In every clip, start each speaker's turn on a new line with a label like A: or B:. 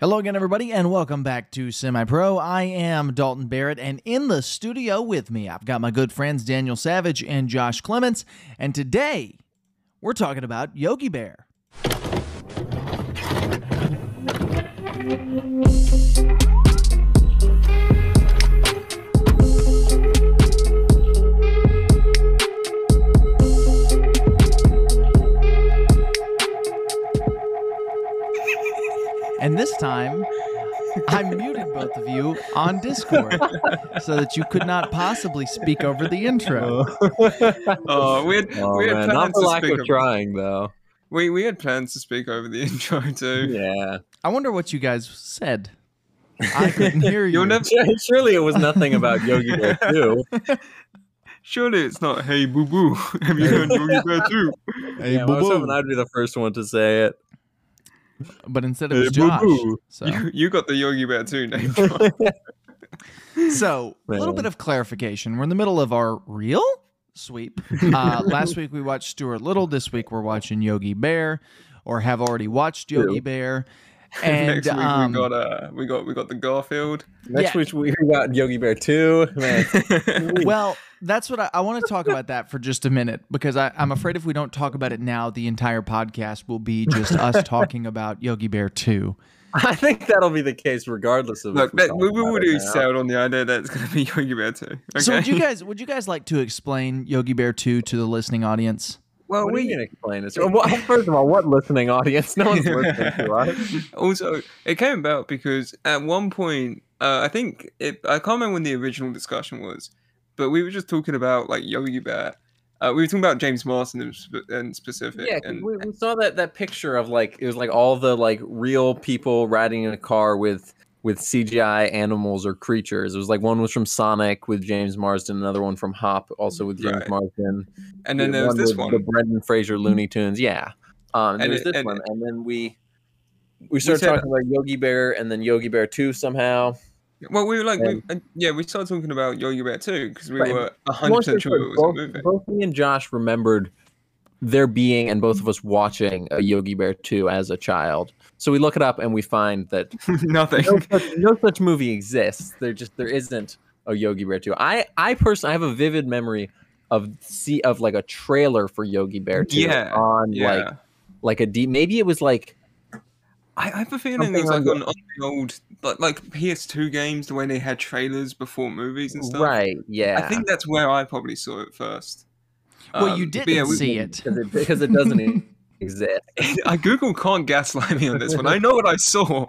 A: Hello again, everybody, and welcome back to Semi Pro. I am Dalton Barrett, and in the studio with me, I've got my good friends Daniel Savage and Josh Clements, and today we're talking about Yogi Bear. And this time, I muted both of you on Discord so that you could not possibly speak over the intro.
B: Oh, we had,
C: Oh,
B: we had
C: man,
B: plans
C: not for
B: to
C: lack
B: speak.
C: of
B: Over,
C: trying, though.
B: we we had plans to speak over the intro too.
C: Yeah,
A: I wonder what you guys said. I couldn't hear you.
B: You'll never.
C: surely it was nothing about Yogi Bear too.
B: Surely it's not. Hey, boo boo. Have you heard Yogi Bear too?
A: Hey,
C: yeah, I was hoping I'd be the first one to say it.
A: But instead it
B: Hey,
A: was Josh.
B: boo-boo.
A: So,
B: You, you got the Yogi Bear too name.
A: so a little
C: Man.
A: bit of clarification. We're in the middle of our real sweep. Uh, last week we watched Stuart Little. This week we're watching Yogi Bear, or have already watched Yogi
C: True.
A: Bear. And
B: Next week
A: um,
B: we got uh, we got we got the Garfield.
C: Next week we got Yogi Bear two. Man,
A: well, that's what I, I want to talk about that for just a minute because I, I'm afraid if we don't talk about it now, the entire podcast will be just us talking about Yogi Bear 2.
C: I think that'll be the case regardless of.
B: Look,
C: if we
B: that,
C: talk
B: we we
C: about it
B: already
C: now.
B: settled on the idea that it's going to be Yogi Bear too. Okay.
A: So would you guys would you guys like to explain Yogi Bear 2 to the listening audience?
B: well,
C: What are
B: we
C: you gonna explain this? Well, first of all, what listening audience? No one's listening to us.
B: also, it came about because at one point, uh, I think it, I can't remember when the original discussion was, but we were just talking about like Yogi Bear. Uh, we were talking about James Marsden in, sp- in specific.
C: Yeah, 'cause
B: and,
C: we, we saw that that picture of like it was like all the like real people riding in a car with with CGI animals or creatures. It was like one was from Sonic with James Marsden, another one from Hop, also with James
B: Right.
C: Marsden,
B: and then
C: the
B: there was this
C: with the
B: one.
C: Brendan Fraser Looney Tunes. Yeah, um,
B: And
C: and there's
B: it-
C: this
B: and
C: one,
B: it-
C: and then we. We started
B: said-
C: talking about Yogi Bear and then Yogi Bear 2 somehow.
B: Well, we were like, we,
C: and-
B: uh, yeah, we started talking about Yogi Bear too because we
C: Right.
B: were
C: Well,
B: 100%
C: it's
B: sure it
C: just
B: was
C: both,
B: a movie.
C: both me and Josh remembered there being and both of us watching a Yogi Bear 2 as a child. So we look it up and we find that
B: Nothing.
C: no such, no such movie exists. There just there isn't a Yogi Bear 2. I I personally I have a vivid memory of see of like a trailer for Yogi Bear 2
B: Yeah,
C: on
B: Yeah.
C: like like a D maybe it was like
B: I, I have a feeling
C: Something
B: it was like
C: like
B: on, on the old, like, like PS2 games, the way they had trailers before movies and stuff.
C: right, yeah.
B: I think that's where I probably saw it first.
A: Well, you
B: Um, but
A: didn't
B: yeah, we-
A: see it.
C: because it, because it doesn't e- exist.
B: I Google can't gaslight me on this one. I know what I saw.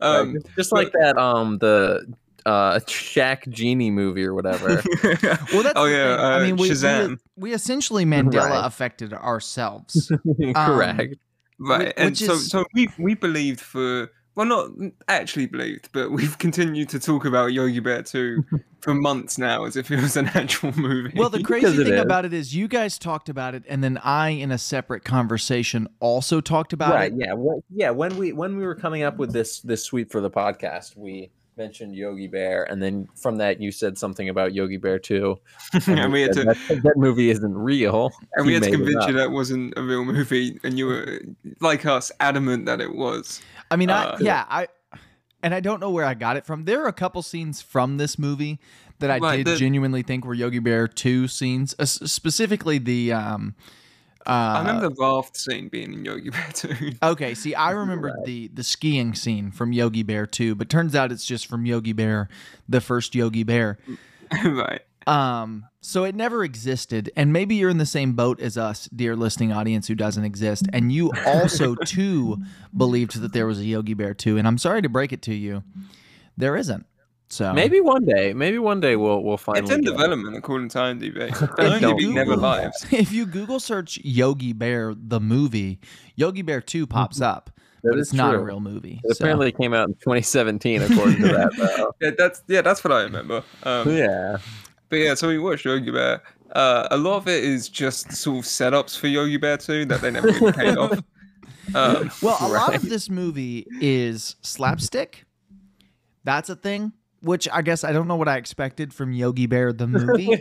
B: Um,
C: Like, just like that um the uh Shaq Genie movie or whatever.
A: Well, that's
B: oh
A: the
B: yeah,
A: thing.
B: uh,
A: I mean, we,
B: Shazam.
A: we we essentially Mandela
C: Right.
A: affected ourselves.
C: Correct.
B: right,
A: whi-
B: and
A: which
B: so
A: is-
B: so we we believed for well, not actually believed, but we've continued to talk about Yogi Bear two for months now, as if it was an actual movie.
A: Well, the
C: Because
A: crazy
C: it
A: thing
C: is.
A: about it is you guys talked about it, and then I, in a separate conversation, also talked about
C: right
A: it.
C: yeah wh- yeah when we when we were coming up with this this suite for the podcast we mentioned yogi bear and then from that you said something about yogi bear too
B: and we had
C: said
B: to
C: that, that movie isn't real
B: and we
C: you
B: had to
C: made it
B: convince you
C: up.
B: that wasn't a real movie, and you were like us, adamant that it was.
A: I mean, I,
B: Uh,
A: yeah, I, and I don't know where I got it from. There are a couple scenes from this movie that I
B: Right,
A: did
B: the-
A: genuinely think were Yogi Bear two scenes, uh, s- specifically the. um uh,
B: I remember the raft scene being in Yogi Bear two.
A: Okay, see, I remembered the the skiing scene from Yogi Bear too, but turns out it's just from Yogi Bear, the first Yogi Bear.
B: right.
A: Um, so it never existed, and maybe you're in the same boat as us, dear listening audience, who doesn't exist, and you also too believed that there was a Yogi Bear too. And I'm sorry to break it to you, there isn't. So
C: maybe one day maybe one day we'll we'll finally
B: It's in
C: get it.
B: development according to IMDb. They'll only
C: don't
B: be never
A: Google-
B: lives.
A: if you Google search Yogi Bear the movie, Yogi Bear two pops up,
C: Mm-hmm. That
A: but
C: is
A: it's not a
C: true.
A: real movie.
C: it
A: so-
C: apparently came out in 2017 according to that
B: Yeah, that's yeah, that's what I remember.
C: though.
B: Um,
C: yeah
B: but yeah, so we watched Yogi Bear. Uh, a lot of it is just sort of setups for Yogi Bear too that they never really paid off. Um,
A: Well, a lot of this movie is slapstick. That's a thing, which I guess I don't know what I expected from Yogi Bear the movie.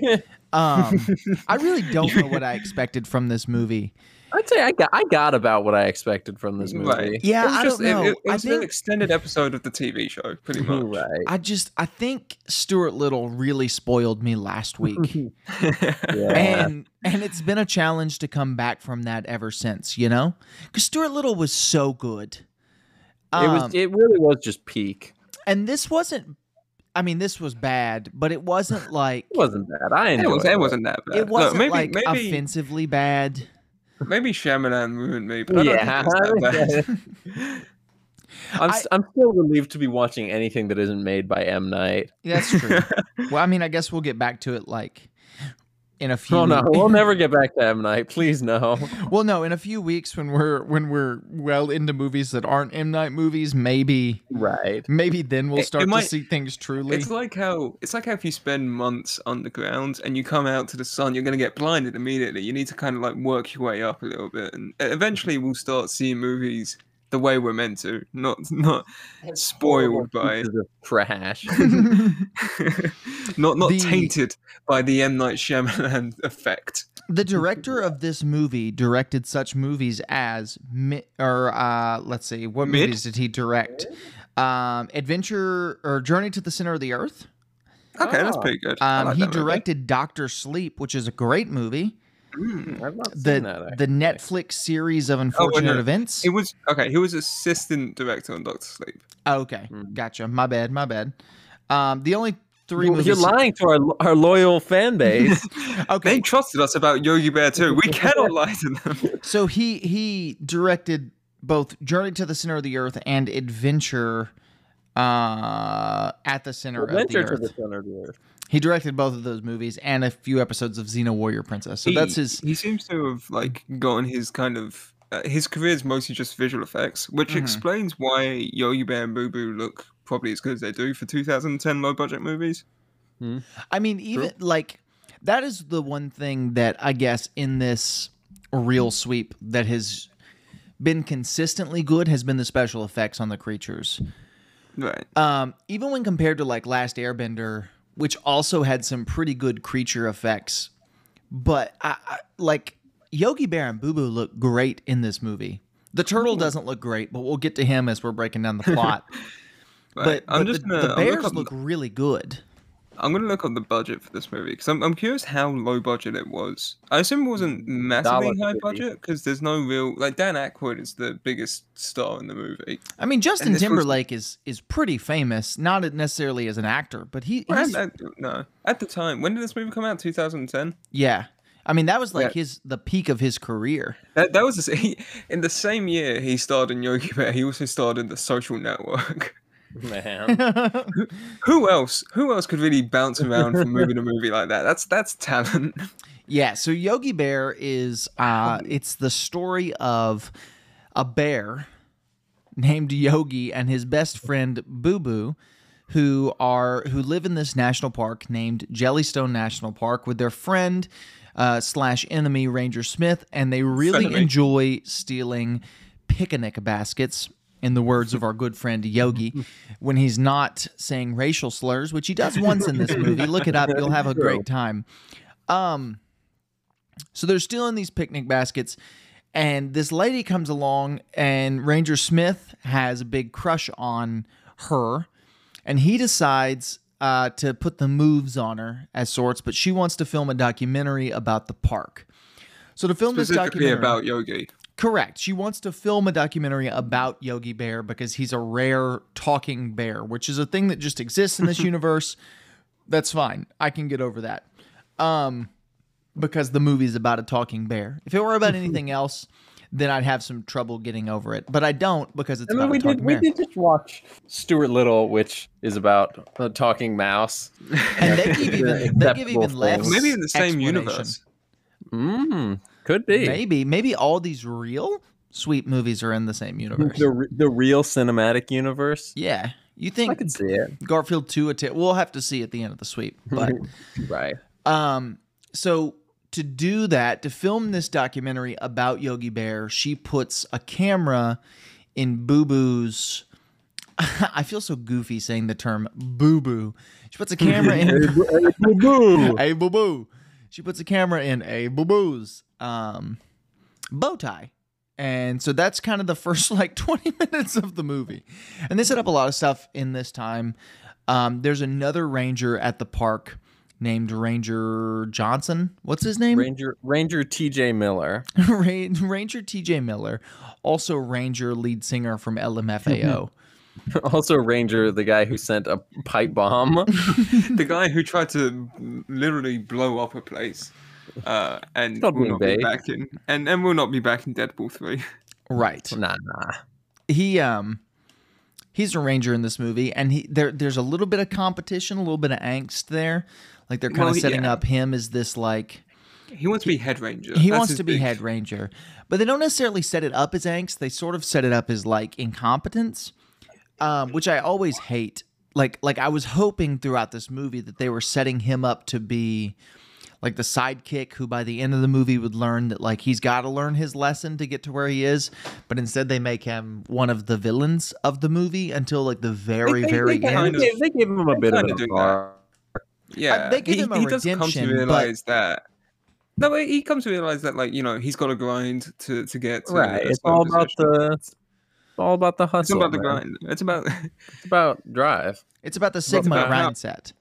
A: um, I really don't know what I expected from this movie.
C: I'd say I got I got about what I expected from this movie.
B: Right.
A: Yeah,
B: it was
A: I
B: just,
A: don't know.
B: It, it, it
A: I
B: was an
A: think
B: extended episode of the TV show, pretty much.
C: Right.
A: I just I think Stuart Little really spoiled me last week.
C: Yeah.
A: and and it's been a challenge to come back from that ever since, you know? Cuz Stuart Little was so good.
C: it
A: Um,
C: was. It really was just peak.
A: and this wasn't I mean this was bad, but it wasn't like
C: It wasn't bad. I
B: It,
C: enjoyed
B: was,
C: it.
B: it wasn't that bad.
A: it wasn't
B: Look,
A: like
B: maybe maybe,
A: offensively bad.
B: maybe Shyamalan ruined me, but I don't
C: Yeah.
B: think it's that bad.
C: I'm,
A: I-
C: s am still relieved to be watching anything that isn't made by M Night.
A: That's true. well, I mean, I guess we'll get back to it like in a few
C: Oh no, we'll never get back to M Night. Please no.
A: Well, no, in a few weeks when we're when we're well into movies that aren't M Night movies, maybe
C: Right.
A: maybe then we'll
B: It- it
A: start to
B: might-
A: see things truly.
B: It's like how it's like how if you spend months underground and you come out to the sun, you're going to get blinded immediately. You need to kind of like work your way up a little bit, and e- eventually we'll start seeing movies the way we're meant to, not not spoiled by,
C: Pieces of trash.
B: not not
A: The-
B: tainted by the M Night Shyamalan effect.
A: The director of this movie directed such movies as Mi- or uh, let's see, what
B: Mid?
A: movies did he direct? Um, Adventure or Journey to the Center of the Earth.
B: Okay, that's
C: Ah.
B: pretty good. I
A: Um,
B: like
A: he
B: that movie.
A: directed Doctor Sleep, which is a great movie.
B: Mm.
C: I've not seen
A: The
C: that.
A: the
C: actually.
A: Netflix series of unfortunate
B: no.
A: events.
B: It was okay. He was assistant director on Doctor Sleep.
A: Oh, okay,
C: Mm.
A: gotcha. My bad. My bad. Um, the only three
C: You're-
A: movies.
C: You're lying to our our loyal fan base.
A: Okay,
B: They trusted us about Yogi Bear too. We cannot lie to them.
A: So he he directed both Journey to the Center of the Earth and Adventure uh at the center
C: Adventure
A: of the
C: to
A: earth
C: the center of the earth.
A: he directed both of those movies and a few episodes of xena warrior princess so that's
B: He-
A: his
B: He seems to have like gotten his kind of uh, his career is mostly just visual effects, which
A: Mhm.
B: explains why Yogi Bear and Boo Boo look probably as good as they do for 2010 low budget movies.
A: I mean, even like that is the one thing that I guess in this real sweep that has been consistently good has been the special effects on the creatures.
B: Right.
A: Um, even when compared to like Last Airbender, which also had some pretty good creature effects, but I, I, like Yogi Bear and Boo Boo look great in this movie. The turtle doesn't look great, but we'll get to him as we're breaking down the plot. but
B: right. I'm
A: but
B: just
A: the,
B: gonna,
A: the
B: I'm gonna
A: bears
B: look, up-
A: look really good.
B: I'm gonna look up the budget for this movie because I'm, I'm curious how low budget it was. I assume it wasn't massively high
C: $1.50.
B: budget because there's no real like Dan Aykroyd is the biggest star in the movie.
A: I mean, Justin
B: this was-
A: Timberlake is is pretty famous, not necessarily as an actor, but he
B: Well, uh,
A: he's,
B: at- at- no, at the time when did this movie come out? 2010.
A: yeah. I mean, that was like
B: Yeah.
A: his the peak of his career.
B: That, that was the s- he, in the same year he starred in Yogi Bear. He also starred in The Social Network.
C: Man.
B: Who else? Who else could really bounce around from movie to movie like that? That's that's talent.
A: yeah, so Yogi Bear is uh
B: Oh.
A: it's the story of a bear named Yogi and his best friend Boo Boo who are who live in this national park named Jellystone National Park with their friend uh, slash enemy Ranger Smith, and they really
B: Frenemy.
A: enjoy stealing picnic baskets. In the words of our good friend Yogi, when he's not saying racial slurs, which he does once in this movie, look it up. You'll have a great time. Um, so they're stealing these picnic baskets, and this lady comes along, and Ranger Smith has a big crush on her, and he decides uh, to put the moves on her as sorts, but she wants to film a documentary about the park. So to film this
B: Specifically
A: documentary,
B: about Yogi.
A: correct, she wants to film a documentary about Yogi Bear because he's a rare talking bear, which is a thing that just exists in this universe. That's fine, I can get over that. Um, because the movie's about a talking bear. If it were about anything else, then I'd have some trouble getting over it. But I don't because it's
C: I mean,
A: about
C: we
A: a talking
C: did we
A: bear.
C: did just watch Stuart Little, which is about a talking mouse.
A: And they give even they give
C: Acceptable
A: even less.
C: thing.
B: Maybe in the same
A: explanation.
B: universe.
C: Mm, could be
A: Maybe maybe all these real sweet movies are in the same universe.
C: the re- the real cinematic universe.
A: yeah, you
C: I
A: think
C: could see it.
A: Garfield two? A t- we'll have to see at the end of the sweep, but
C: Right.
A: Um, so to do that, to film this documentary about Yogi Bear, she puts a camera in Boo Boo's. I feel so goofy saying the term Boo Boo. She puts a camera in.
C: Boo-boo.
A: a Boo Boo. She puts a camera in a Boo Boo's um, bow tie. And so that's kind of the first like 20 minutes of the movie. And they set up a lot of stuff in this time. Um, there's another ranger at the park named Ranger Johnson. What's his name?
C: Ranger Ranger TJ Miller.
A: Ran- Ranger TJ Miller, also Ranger lead singer from LMFAO.
C: Also Ranger, the guy who sent a pipe bomb.
B: the guy who tried to literally blow up a place. Uh, and
C: Not
B: will not be
C: Moonbase.
B: back in, and and will not be back in Deadpool three.
A: right.
C: nah, nah.
A: He um he's a ranger in this movie and he there there's a little bit of competition, a little bit of angst there. Like they're kind
B: Well,
A: of
B: he-
A: setting
B: yeah.
A: up him as this like
B: He wants to be Head Ranger.
A: he
B: That's
A: wants
B: his
A: to be
B: big-
A: head ranger, but they don't necessarily set it up as angst. They sort of set it up as like incompetence, um, which I always hate. Like like I was hoping throughout this movie that they were setting him up to be like the sidekick who by the end of the movie would learn that like he's got to learn his lesson to get to where he is but instead they make him one of the villains of the movie until like the very
C: They- they-
A: very
C: they,
A: end
B: kind
C: They, gave- they gave him a bit of
B: kinda
C: an
B: do that.
C: arc.
B: Yeah,
A: they give
B: he,
A: him a
B: he does come
A: redemption,
B: to
A: but-
B: realize that. No, but he comes to realize that, like you know, he's got to grind to to get. To
C: right.
B: a
C: It's
B: certain
C: all about
B: position.
C: the it's all about the hustle.
B: It's about the
C: man.
B: grind. It's about
C: It's about drive.
A: it's about the sigma
B: about how-
A: mindset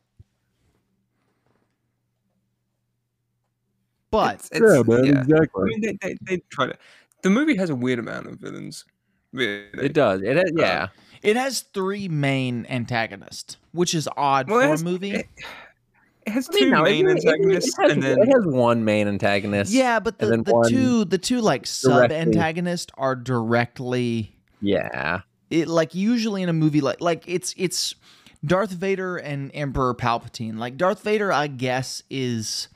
A: but
B: it's, it's- I
C: exactly.
B: mean, they, they, they try to. The movie has a weird amount of villains. Really.
C: It does. It has, yeah.
A: It has three main antagonists, which is odd
B: Well, it
A: for
B: has-
A: a movie.
B: it- It has
C: I mean,
B: two
C: no, it-
B: main
C: it- it-
B: antagonists,
C: It, has,
B: and then
C: it has one main antagonist.
A: yeah, but the,
C: and then
A: the
C: one
A: two the two like sub antagonists are directly
C: Yeah.
A: it, like usually in a movie like like it's it's Darth Vader and Emperor Palpatine. Like Darth Vader, I guess is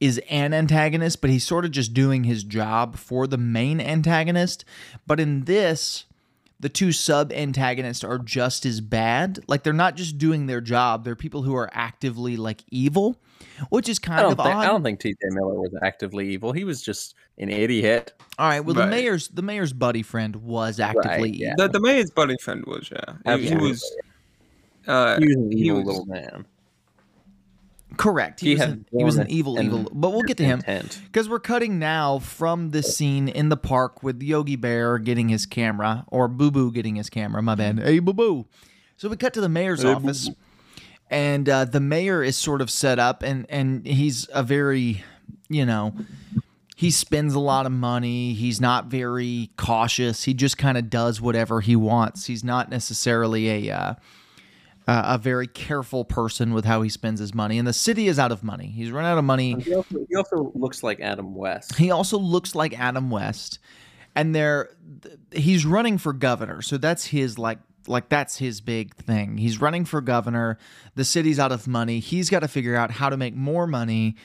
A: is an antagonist, but he's sort of just doing his job for the main antagonist. But in this, the two sub antagonists are just as bad. Like they're not just doing their job; they're people who are actively like evil, which is
C: I
A: kind
C: don't,
A: of
C: think,
A: odd.
C: I don't think TJ Miller was actively evil. He was just an idiot.
A: All right. Well, the
B: Right.
A: mayor's the mayor's buddy friend was actively
C: yeah.
A: evil.
B: the, the mayor's buddy friend was yeah. He, he
C: Absolutely.
B: was. Uh,
C: He was an
B: he
C: evil
B: was-
C: little man.
A: correct. He,
C: He
A: was
C: had
A: an, he was an
C: one
A: evil,
C: and-
A: evil. But we'll get to him.
C: Intent.
A: Because we're cutting now from this scene in the park with Yogi Bear getting his camera, or Boo Boo getting his camera, my bad. Hey, Boo Boo. So we cut to the mayor's
B: Hey, Boo
A: office, and uh, the mayor is sort of set up, and, and he's a very, you know, he spends a lot of money. He's not very cautious. He just kind of does whatever he wants. He's not necessarily a. Uh, a a very careful person with how he spends his money, and the city is out of money. He's run out of money.
C: He also, he also looks like Adam West.
A: He also looks like Adam West, and they're th- he's running for governor, so that's his like like that's his big thing. He's running for governor. The city's out of money. He's got to figure out how to make more money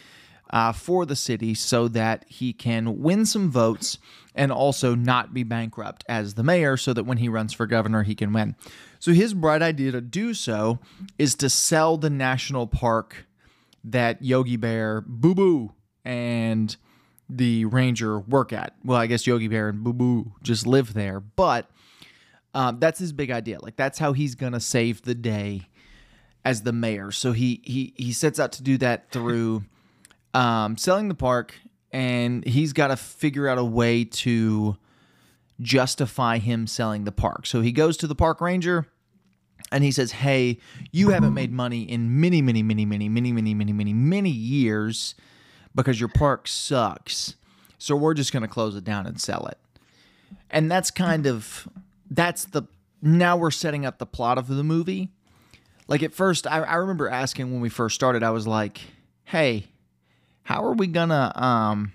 A: uh, for the city so that he can win some votes and also not be bankrupt as the mayor, so that when he runs for governor, he can win. So his bright idea to do so is to sell the national park that Yogi Bear, Boo Boo, and the ranger work at. Well, I guess Yogi Bear and Boo Boo just live there, but um, that's his big idea. Like that's how he's gonna save the day as the mayor. So he he he sets out to do that through um, selling the park, and he's got to figure out a way to justify him selling the park. So he goes to the park ranger. And he says, Hey, you haven't made money in many, many, many, many, many, many, many, many, many years because your park sucks. So we're just going to close it down and sell it. And that's kind of that's the now we're setting up the plot of the movie. Like at first, I, I remember asking when we first started, I was like, "Hey, how are we gonna um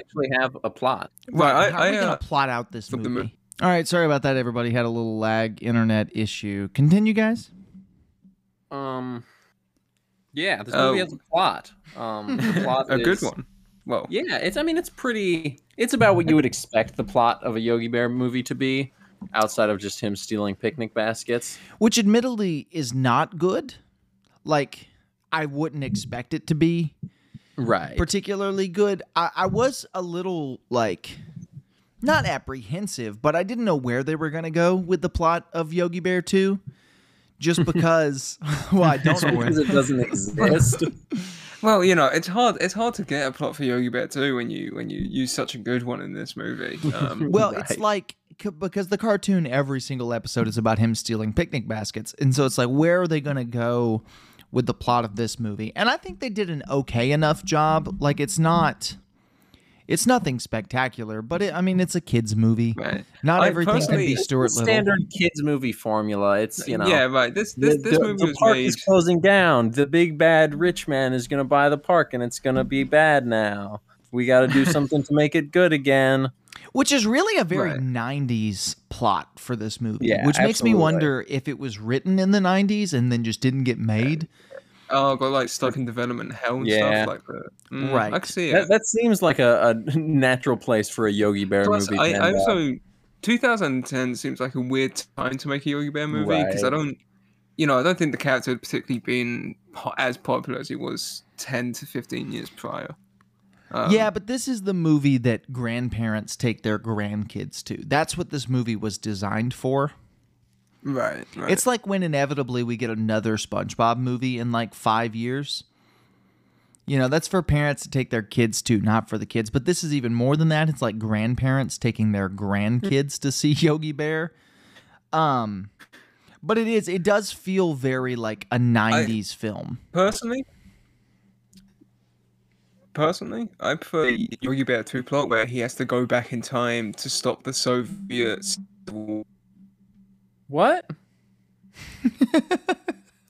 C: actually have a plot.
B: right,
A: how
B: I,
A: are we
B: I,
A: gonna
B: uh,
A: plot out this
B: put
A: movie?"
B: the mo-
A: All right, sorry about that. Everybody had a little lag internet issue. Continue, guys.
C: Um, yeah, this
B: Oh.
C: movie has a plot. Um, the plot
B: a good
C: is-
B: one. Well,
C: Yeah, it's. I mean, it's pretty. It's about what you would expect the plot of a Yogi Bear movie to be, outside of just him stealing picnic baskets.
A: which admittedly is not good. Like I wouldn't expect it to be.
C: Right.
A: particularly good. I, I was a little like not apprehensive, but I didn't know where they were gonna go with the plot of Yogi Bear 2. Just because well, I don't know where
C: Because it doesn't exist.
B: Well, you know, it's hard. It's hard to get a plot for Yogi Bear too when you when you use such a good one in this movie. Um,
A: Well,
C: Right.
A: it's like c- because the cartoon every single episode is about him stealing picnic baskets, and so it's like where are they going to go with the plot of this movie? And I think they did an okay enough job. Like it's not, it's nothing spectacular, but it, I mean it's a kids movie.
B: right.
A: Not
B: I
A: everything can
B: personally-
A: be
B: it's
A: Stuart Little.
C: standard kids movie formula. It's you know.
B: yeah, right. This this,
C: the,
B: this
C: the-
B: movie
C: the
B: was
C: park
B: made.
C: is closing down. The big bad rich man is going to buy the park, and it's going to be bad now. We got to do something to make it good again.
A: which is really a very
B: Right.
A: 90s plot for this movie
C: Yeah,
A: which makes me
C: absolutely.
A: wonder if it was written in the 90s and then just didn't get made
B: oh, got like stuck in development hell and
C: Yeah.
B: stuff like that. Mm,
A: Right.
B: I can see it.
C: That, that seems like a, a natural place for a Yogi Bear
B: Plus,
C: movie.
B: I,
C: to
B: I
C: end up.
B: also 2010 seems like a weird time to make a Yogi Bear movie because I
C: Right.
B: don't, you know, I don't think the character had particularly been po- as popular as he was 10 to 15 years prior. Um,
A: yeah but this is the movie that grandparents take their grandkids to that's what this movie was designed for
B: right. right.
A: it's like when inevitably we get another spongebob movie in like five years you know that's for parents to take their kids to not for the kids but this is even more than that it's like grandparents taking their grandkids to see yogi bear um but it is it does feel very like a 90s film
B: personally, personally, I prefer the Yogi Bear 2 plot where he has to go back in time to stop the Soviets. You
C: what?
B: don't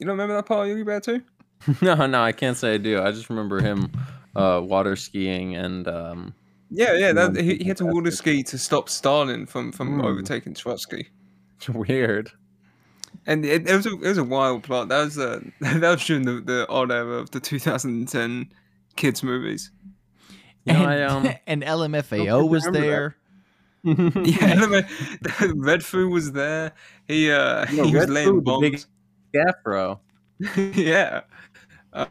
B: remember that part of Yogi Bear 2?
C: No, no, I can't say I do. I just remember him uh, water skiing and um,
B: Yeah, yeah.
C: No,
B: That,
C: I
B: he,
C: think
B: he had to
C: that's
B: water
C: it.
B: ski to stop Stalin from, from
C: Mm.
B: overtaking Trotsky.
C: weird.
B: And it, it was a it was a wild plot. That was uh, that was during the, the odd era of the 2010 kids movies.
C: You know,
A: and,
C: I, um,
A: and
C: don't
A: lmfao
C: think I
A: was
C: remember that.
A: there
C: um,
B: Yeah, anime- Redfoo was there. He uh
C: Yeah,
B: he was
C: Redfoo
B: laying
C: was a big-
B: bombs.
C: Afro.
B: yeah. Uh,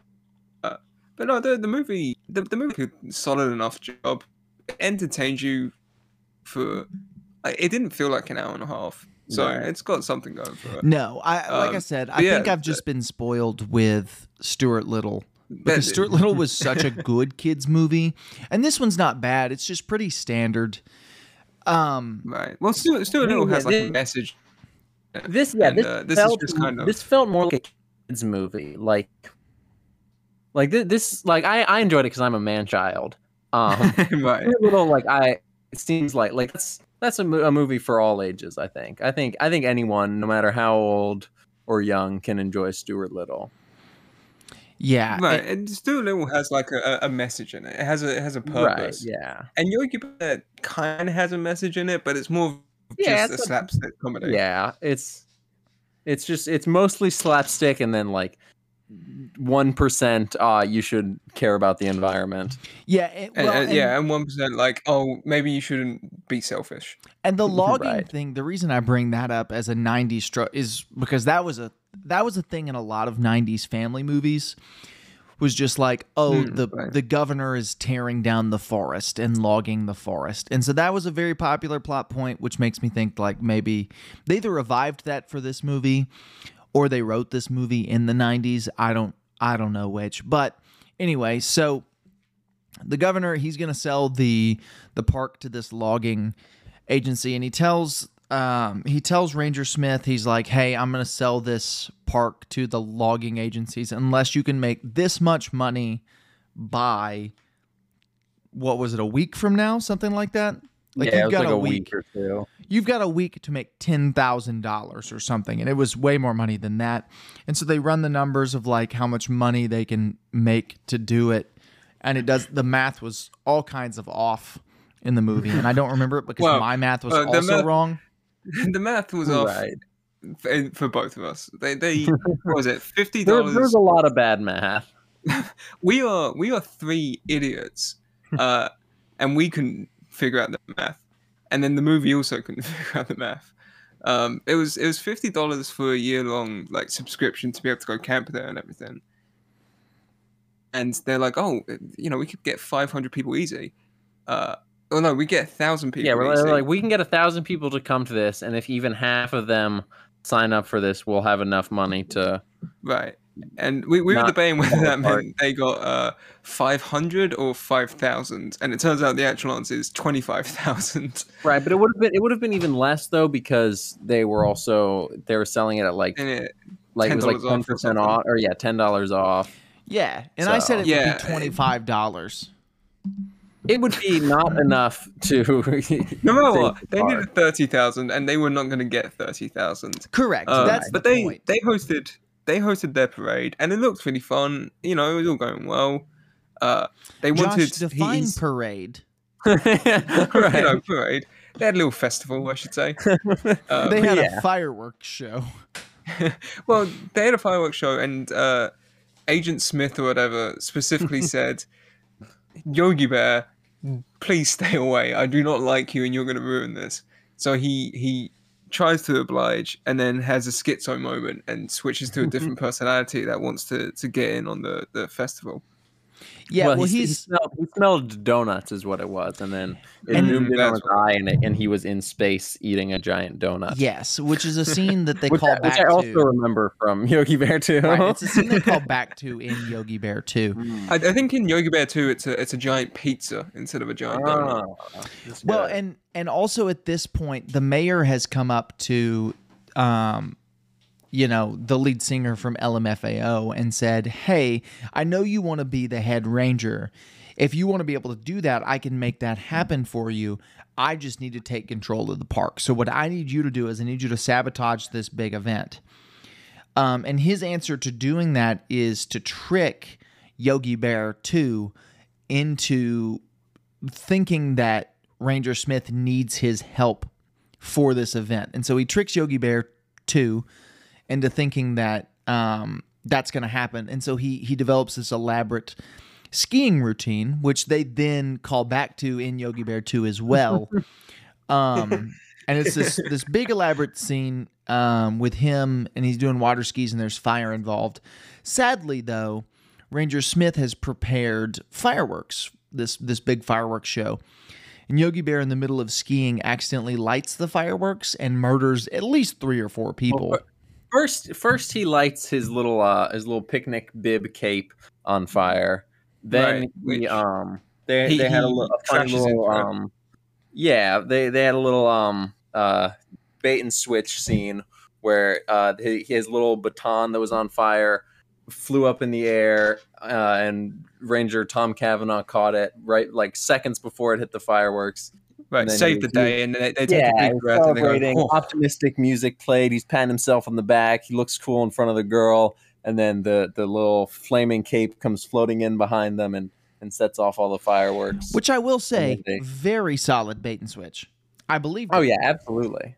B: uh, but no, the the movie the, the movie did a solid enough job. It entertained you for. like, It didn't feel like an hour and a half, so
C: Right.
B: it's got something going for it.
A: no i like i
B: Um,
A: said i
B: but yeah,
A: think i've just been spoiled with stuart little
B: That-
A: because Stuart Little was such a good kids movie, and this one's not bad. It's just pretty standard. Um,
B: right. Well, Stuart, Stuart Little
C: Yeah,
B: has like a
C: they-
B: message
C: This yeah,
B: And,
C: this,
B: uh, this is
C: felt,
B: just kind of-
C: this felt more like a kids movie. Like like thi- this like I, I enjoyed it because I'm a man child. Um
B: right.
C: a little like I it seems like like that's that's a, mo- a movie for all ages, I think. I think I think anyone, no matter how old or young, can enjoy Stuart Little.
A: yeah,
B: Right,
A: it-
B: and Stuart Little has like a, a a message in it. It has a it has a
C: Right.
B: purpose.
C: Yeah.
B: And Yogi Bear kind of has a message in it, but it's more of
C: Yeah,
B: just a
C: it's a-
B: slapstick comedy.
C: Yeah, it's it's just it's mostly slapstick and then like one percent uh you should care about the environment.
A: yeah, it-
B: And,
A: well,
B: and-
A: and,
B: Uh, yeah, and one percent like, oh, maybe you shouldn't be selfish.
A: and the logging
C: Right.
A: thing. The reason I bring that up as a '90s stru- is because that was a that was a thing in a lot of '90s family movies. Was just like, oh,
B: Hmm,
A: the
B: right.
A: the governor is tearing down the forest and logging the forest, and so that was a very popular plot point, which makes me think like maybe they either revived that for this movie, or they wrote this movie in the 90s i don't i don't know which but anyway so the governor he's going to sell the the park to this logging agency and he tells um, he tells ranger smith he's like hey i'm going to sell this park to the logging agencies unless you can make this much money by what was it a week from now something like that like
C: yeah,
A: you've
C: it was
A: got
C: like
A: a
C: a
A: week
C: week or two.
A: you've got a week to make $10,000 or something. And it was way more money than that. And so they run the numbers of like how much money they can make to do it. And it does, the math was all kinds of off in the movie. And I don't remember it because
B: Well,
A: my math was
B: uh, the
A: also
B: math-
A: wrong.
B: the math was off
C: Right.
B: for, for both of us. They, they what was it fifty
C: There, there's
B: dollars?
C: a lot of bad math.
B: We are we are three idiots, uh, and we couldn't figure out the math. And then the movie also couldn't figure out the math. Um, it was it was fifty dollars for a year long like subscription to be able to go camp there and everything. And they're like, oh, you know, we could get five hundred people easy. Uh, oh no, we get thousand people.
C: Yeah, we're like,
B: easy.
C: like, we can get a thousand people to come to this, and if even half of them sign up for this, we'll have enough money to
B: Right. and we, we were
C: Not
B: debating whether that
C: ballpark.
B: meant they got uh, 500 or 5,000, and it turns out the actual answer is 25,000.
C: Right, but it would have been it would have been even less though because they were also they were selling it at like
B: And it,
C: like it was like
B: $10 off or
C: ten percent
B: something.
C: off or yeah ten dollars off.
A: Yeah, and I
C: So-
A: said it
B: Yeah.
A: would be twenty five dollars.
C: It would be not enough to.
B: no matter
C: They
B: what, they
C: are.
B: needed 30,000, and they were not going to get 30,000.
A: Correct.
B: Uh,
A: That's
B: but
A: the
B: they
A: point.
B: they hosted they hosted their parade, and it looked really fun. You know, it was all going well. Uh, they wanted
A: Josh, define
B: he's-
A: parade.
B: you know,
C: right.
B: parade. They had a little festival, I should say. Uh,
A: they had
C: yeah.
A: a fireworks show.
B: Well, they had a fireworks show, and uh, Agent Smith or whatever specifically said, "Yogi Bear, please stay away. I do not like you, and you're going to ruin this." So he he tries to oblige, and then has a schizo moment and switches to a different personality that wants to to get in on the the festival.
A: Yeah, well,
C: he,
A: he's
C: smelled, he smelled donuts is what it was, and then it
A: And-
C: zoomed in on
B: That's
C: his eye, and, it- and he was in space eating a giant donut.
A: yes, which is a scene that they
C: which,
A: call
C: I, which
A: back
C: I also
A: to.
C: remember from Yogi Bear too.
A: Right, it's a scene they call back to in Yogi Bear 2.
B: I, I think in Yogi Bear 2, it's a it's a giant pizza instead of a giant
C: Ah,
B: donut.
A: Well, and and also at this point, the mayor has come up to, um, you know, the lead singer from LMFAO and said, "Hey, I know you want to be the head ranger. If you want to be able to do that, I can make that happen for you. I just need to take control of the park. So what I need you to do is I need you to sabotage this big event." Um, and his answer to doing that is to trick Yogi Bear 2 into thinking that Ranger Smith needs his help for this event. And so he tricks Yogi Bear 2 into thinking that um, that's going to happen. And so he, he develops this elaborate skiing routine, which they then call back to in Yogi Bear 2 as well. Um, and it's this this big elaborate scene um, with him, and he's doing water skis, and there's fire involved. Sadly, though, Ranger Smith has prepared fireworks this this big fireworks show, and Yogi Bear, in the middle of skiing, accidentally lights the fireworks and murders at least three or four people.
C: first first he lights his little uh his little picnic bib cape on fire then
B: Right,
C: he
B: which-
C: um Mm-hmm. they,
B: He-
C: they had a,
B: he
C: li- a funny
B: crashes
C: little
B: into it.
C: um yeah they they had a little um uh bait and switch scene where uh hi- his little baton that was on fire flew up in the air uh, and ranger tom cavanaugh caught it right like seconds before it hit the fireworks
B: Right,
C: and then
B: save
C: he-
B: the
C: he-
B: day, and they, they take
C: yeah,
B: a
C: he's
B: big breath and they go,
C: celebrating.
B: "Oh,
C: Optimistic music played. He's patting himself on the back. He looks cool in front of the girl, and then the the little flaming cape comes floating in behind them and and sets off all the fireworks.
A: Which I will say,
C: Amazing.
A: very solid bait and switch. I believe.
C: oh yeah, absolutely.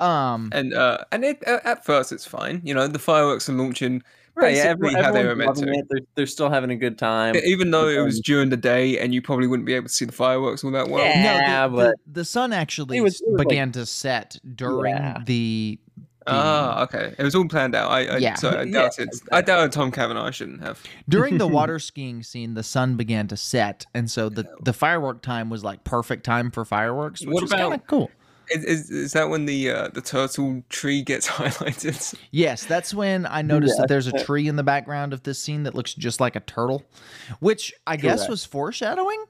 A: Um,
B: and uh, and it, uh, at first it's fine. You know, the fireworks are launching,
C: Right, yeah,
B: Basically how they were meant
C: loving
B: to.
C: it. They're, they're still having a good time.
B: even though it was
C: um,
B: during the day, and you probably wouldn't be able to see the fireworks all that well.
C: Yeah.
A: no, the,
C: but-
A: the, the sun actually
C: It was- it was like-
A: began to set during
C: Yeah.
A: the
B: Ah, okay, it was all planned out. I, I
A: Yeah.
B: so I
C: Yeah,
B: doubted. I doubted Tom Cavanaugh. I shouldn't have.
A: During the water skiing scene, the sun began to set, and so the, the firework time was like perfect time for fireworks, which
B: What
A: was
B: about-
A: kind of cool.
B: Is, is, is that when the uh, the turtle tree gets highlighted?
A: Yes, that's when I noticed
C: Yeah.
A: that there's a tree in the background of this scene that looks just like a turtle, which I guess
C: Correct.
A: was foreshadowing.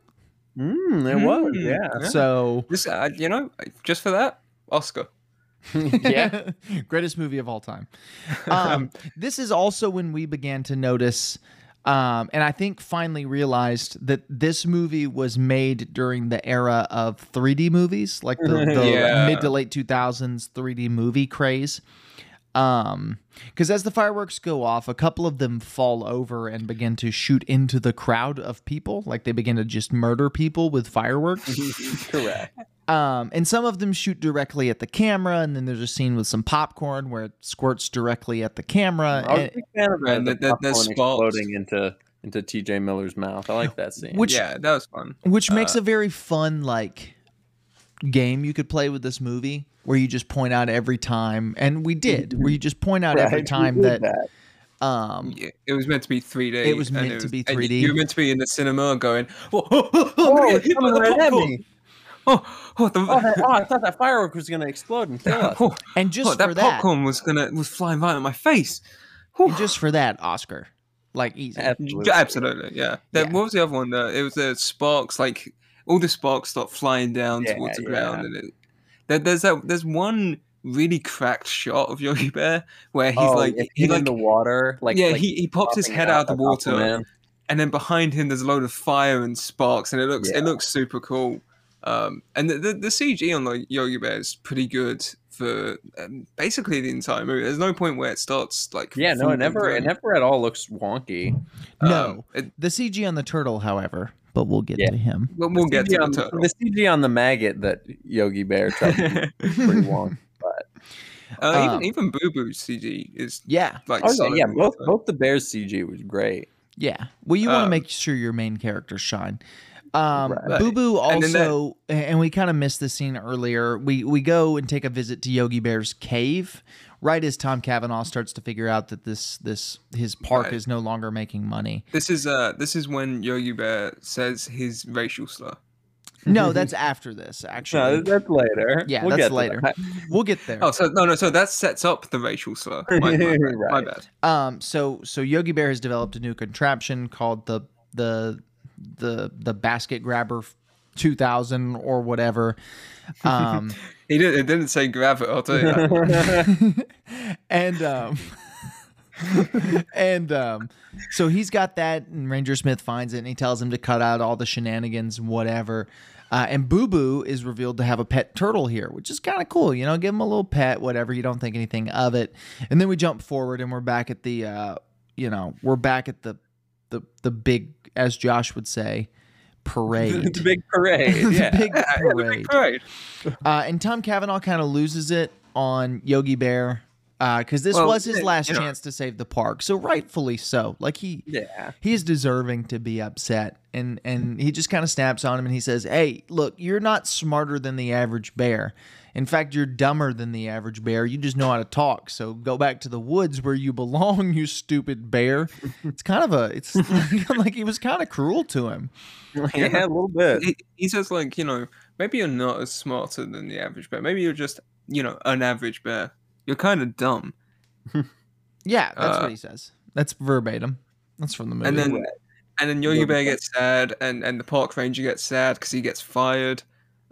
C: Mm, it was,
B: Mm.
C: yeah.
B: Yeah.
A: So,
B: This, uh, you know, just for that, Oscar.
A: yeah, greatest movie of all time. Um, this is also when we began to notice, um, and I think finally realized that this movie was made during the era of 3D movies, like the, the
B: Yeah.
A: mid to late 2000s 3D movie craze. Um, because as the fireworks go off, a couple of them fall over and begin to shoot into the crowd of people, like they begin to just murder people with fireworks.
C: Correct.
A: Um, and some of them shoot directly at the camera, and then there's a scene with some popcorn where it squirts directly at the camera,
C: I was a
A: and-
C: big fan of
B: And
C: the,
B: the- the- the
C: popcorn
B: spots.
C: exploding into into T.J. Miller's mouth. I like that scene.
A: Which-
B: yeah, that was fun.
A: which makes a very fun like game you could play with this movie, where you just point out every time, and we did, where you just point out
C: Right,
A: every
C: you
A: time
C: did
A: that, um,
B: Yeah, It was meant to be 3D.
A: It was
B: and
A: meant to be
B: and
A: 3D.
B: You were meant to be in the cinema going, "Whoa, oh,
C: Oh,
B: I'm gonna
C: it's
B: get hit by
C: coming
B: the
C: right at
B: popcorn.
C: me.
B: Oh, oh, the,
C: Oh, that- oh, I thought that firework was going to explode and kill us.
B: oh,
A: and just
B: oh, that
A: for that,
B: popcorn was gonna was flying right at my face.
A: And just for that, Oscar. Like easy.
C: Absolutely.
B: Yeah, Absolutely, yeah. That,
A: Yeah.
B: What was the other one? Though? It was the sparks, like all the sparks start flying down
C: Yeah,
B: towards the
C: yeah.
B: ground, and it, there, there's that there's one really cracked shot of Yogi Bear where he's
C: Oh,
B: like
C: if
B: he
C: he's
B: like
C: in the water, like
B: yeah
C: like
B: he, he pops his
C: popping
B: head out of the
C: like
B: water,
C: Aquaman.
B: and then behind him there's a load of fire and sparks, and it looks
C: Yeah.
B: it looks super cool. Um, and the, the the CG on like Yogi Bear is pretty good for um, basically the entire movie. There's no point where it starts like
C: Yeah, no, it
B: falling
C: never, it
B: down.
C: never at all looks wonky.
A: No.
B: it-
A: The CG on the turtle, however, but we'll get
C: Yeah.
A: to him.
B: we'll, we'll get to
C: CG
B: the
C: on the,
B: turtle.
C: the CG on the maggot that Yogi Bear tried to do was pretty wonky.
B: Uh,
A: Um,
B: even even Boo Boo's CG is
A: Yeah.
B: like
C: Oh yeah,
B: solid
C: yeah.
B: and
C: Both
B: good.
C: both the bears CG was great.
A: Yeah. Well, you want to
B: Um,
A: make sure your main characters shine. Um,
C: Right.
A: Boo Boo
B: And then that-
A: also, and, we kind of missed this scene earlier. We we go and take a visit to Yogi Bear's cave, right as Tom Cavanaugh starts to figure out that this this his park
B: Right.
A: is no longer making money.
B: This is uh this is when Yogi Bear says his racial slur.
A: No, that's after this. Actually,
C: No, that's later.
A: Yeah,
C: We'll
A: that's
C: get to
A: later.
C: that.
A: we'll get there.
B: Oh, so no, no, so that sets up the racial slur. My, my, bad, my
C: Right.
B: bad.
A: Um, so so Yogi Bear has developed a new contraption called the the the the basket grabber 2000 or whatever. Um,
B: He didn't. It didn't say grab it. I'll tell you that.
A: and um and um so he's got that and ranger smith finds it and he tells him to cut out all the shenanigans and whatever uh, and boo boo is revealed to have a pet turtle here which is kind of cool you know give him a little pet whatever you don't think anything of it and then we jump forward and we're back at the uh you know we're back at the the the big as josh would say parade
C: It's a big parade.
A: The
C: Yeah.
A: big
B: Yeah, the
A: parade
B: big parade.
A: uh, and Tom Cavanaugh kind of loses it on Yogi Bear because this
B: Well,
A: was his
B: yeah,
A: last
B: you know.
A: chance to save the park. So rightfully so. Like he
C: yeah.
A: he is deserving to be upset, and and he just kind of snaps on him and he says, "Hey, look, you're not smarter than the average bear. In fact, you're dumber than the average bear. You just know how to talk. So go back to the woods where you belong, you stupid bear." It's kind of a it's like, like he was kind of cruel to him.
C: Yeah, a little bit.
B: He, he says like you know maybe you're not as smarter than the average bear. Maybe you're just you know an average bear. You're kind of dumb.
A: Yeah, that's
B: Uh,
A: what he says. That's verbatim. That's from the movie.
B: And then
C: Right.
B: and then Yogi
C: Yogi
B: Bear
C: Bear.
B: gets sad, and and the park ranger gets sad because he gets fired.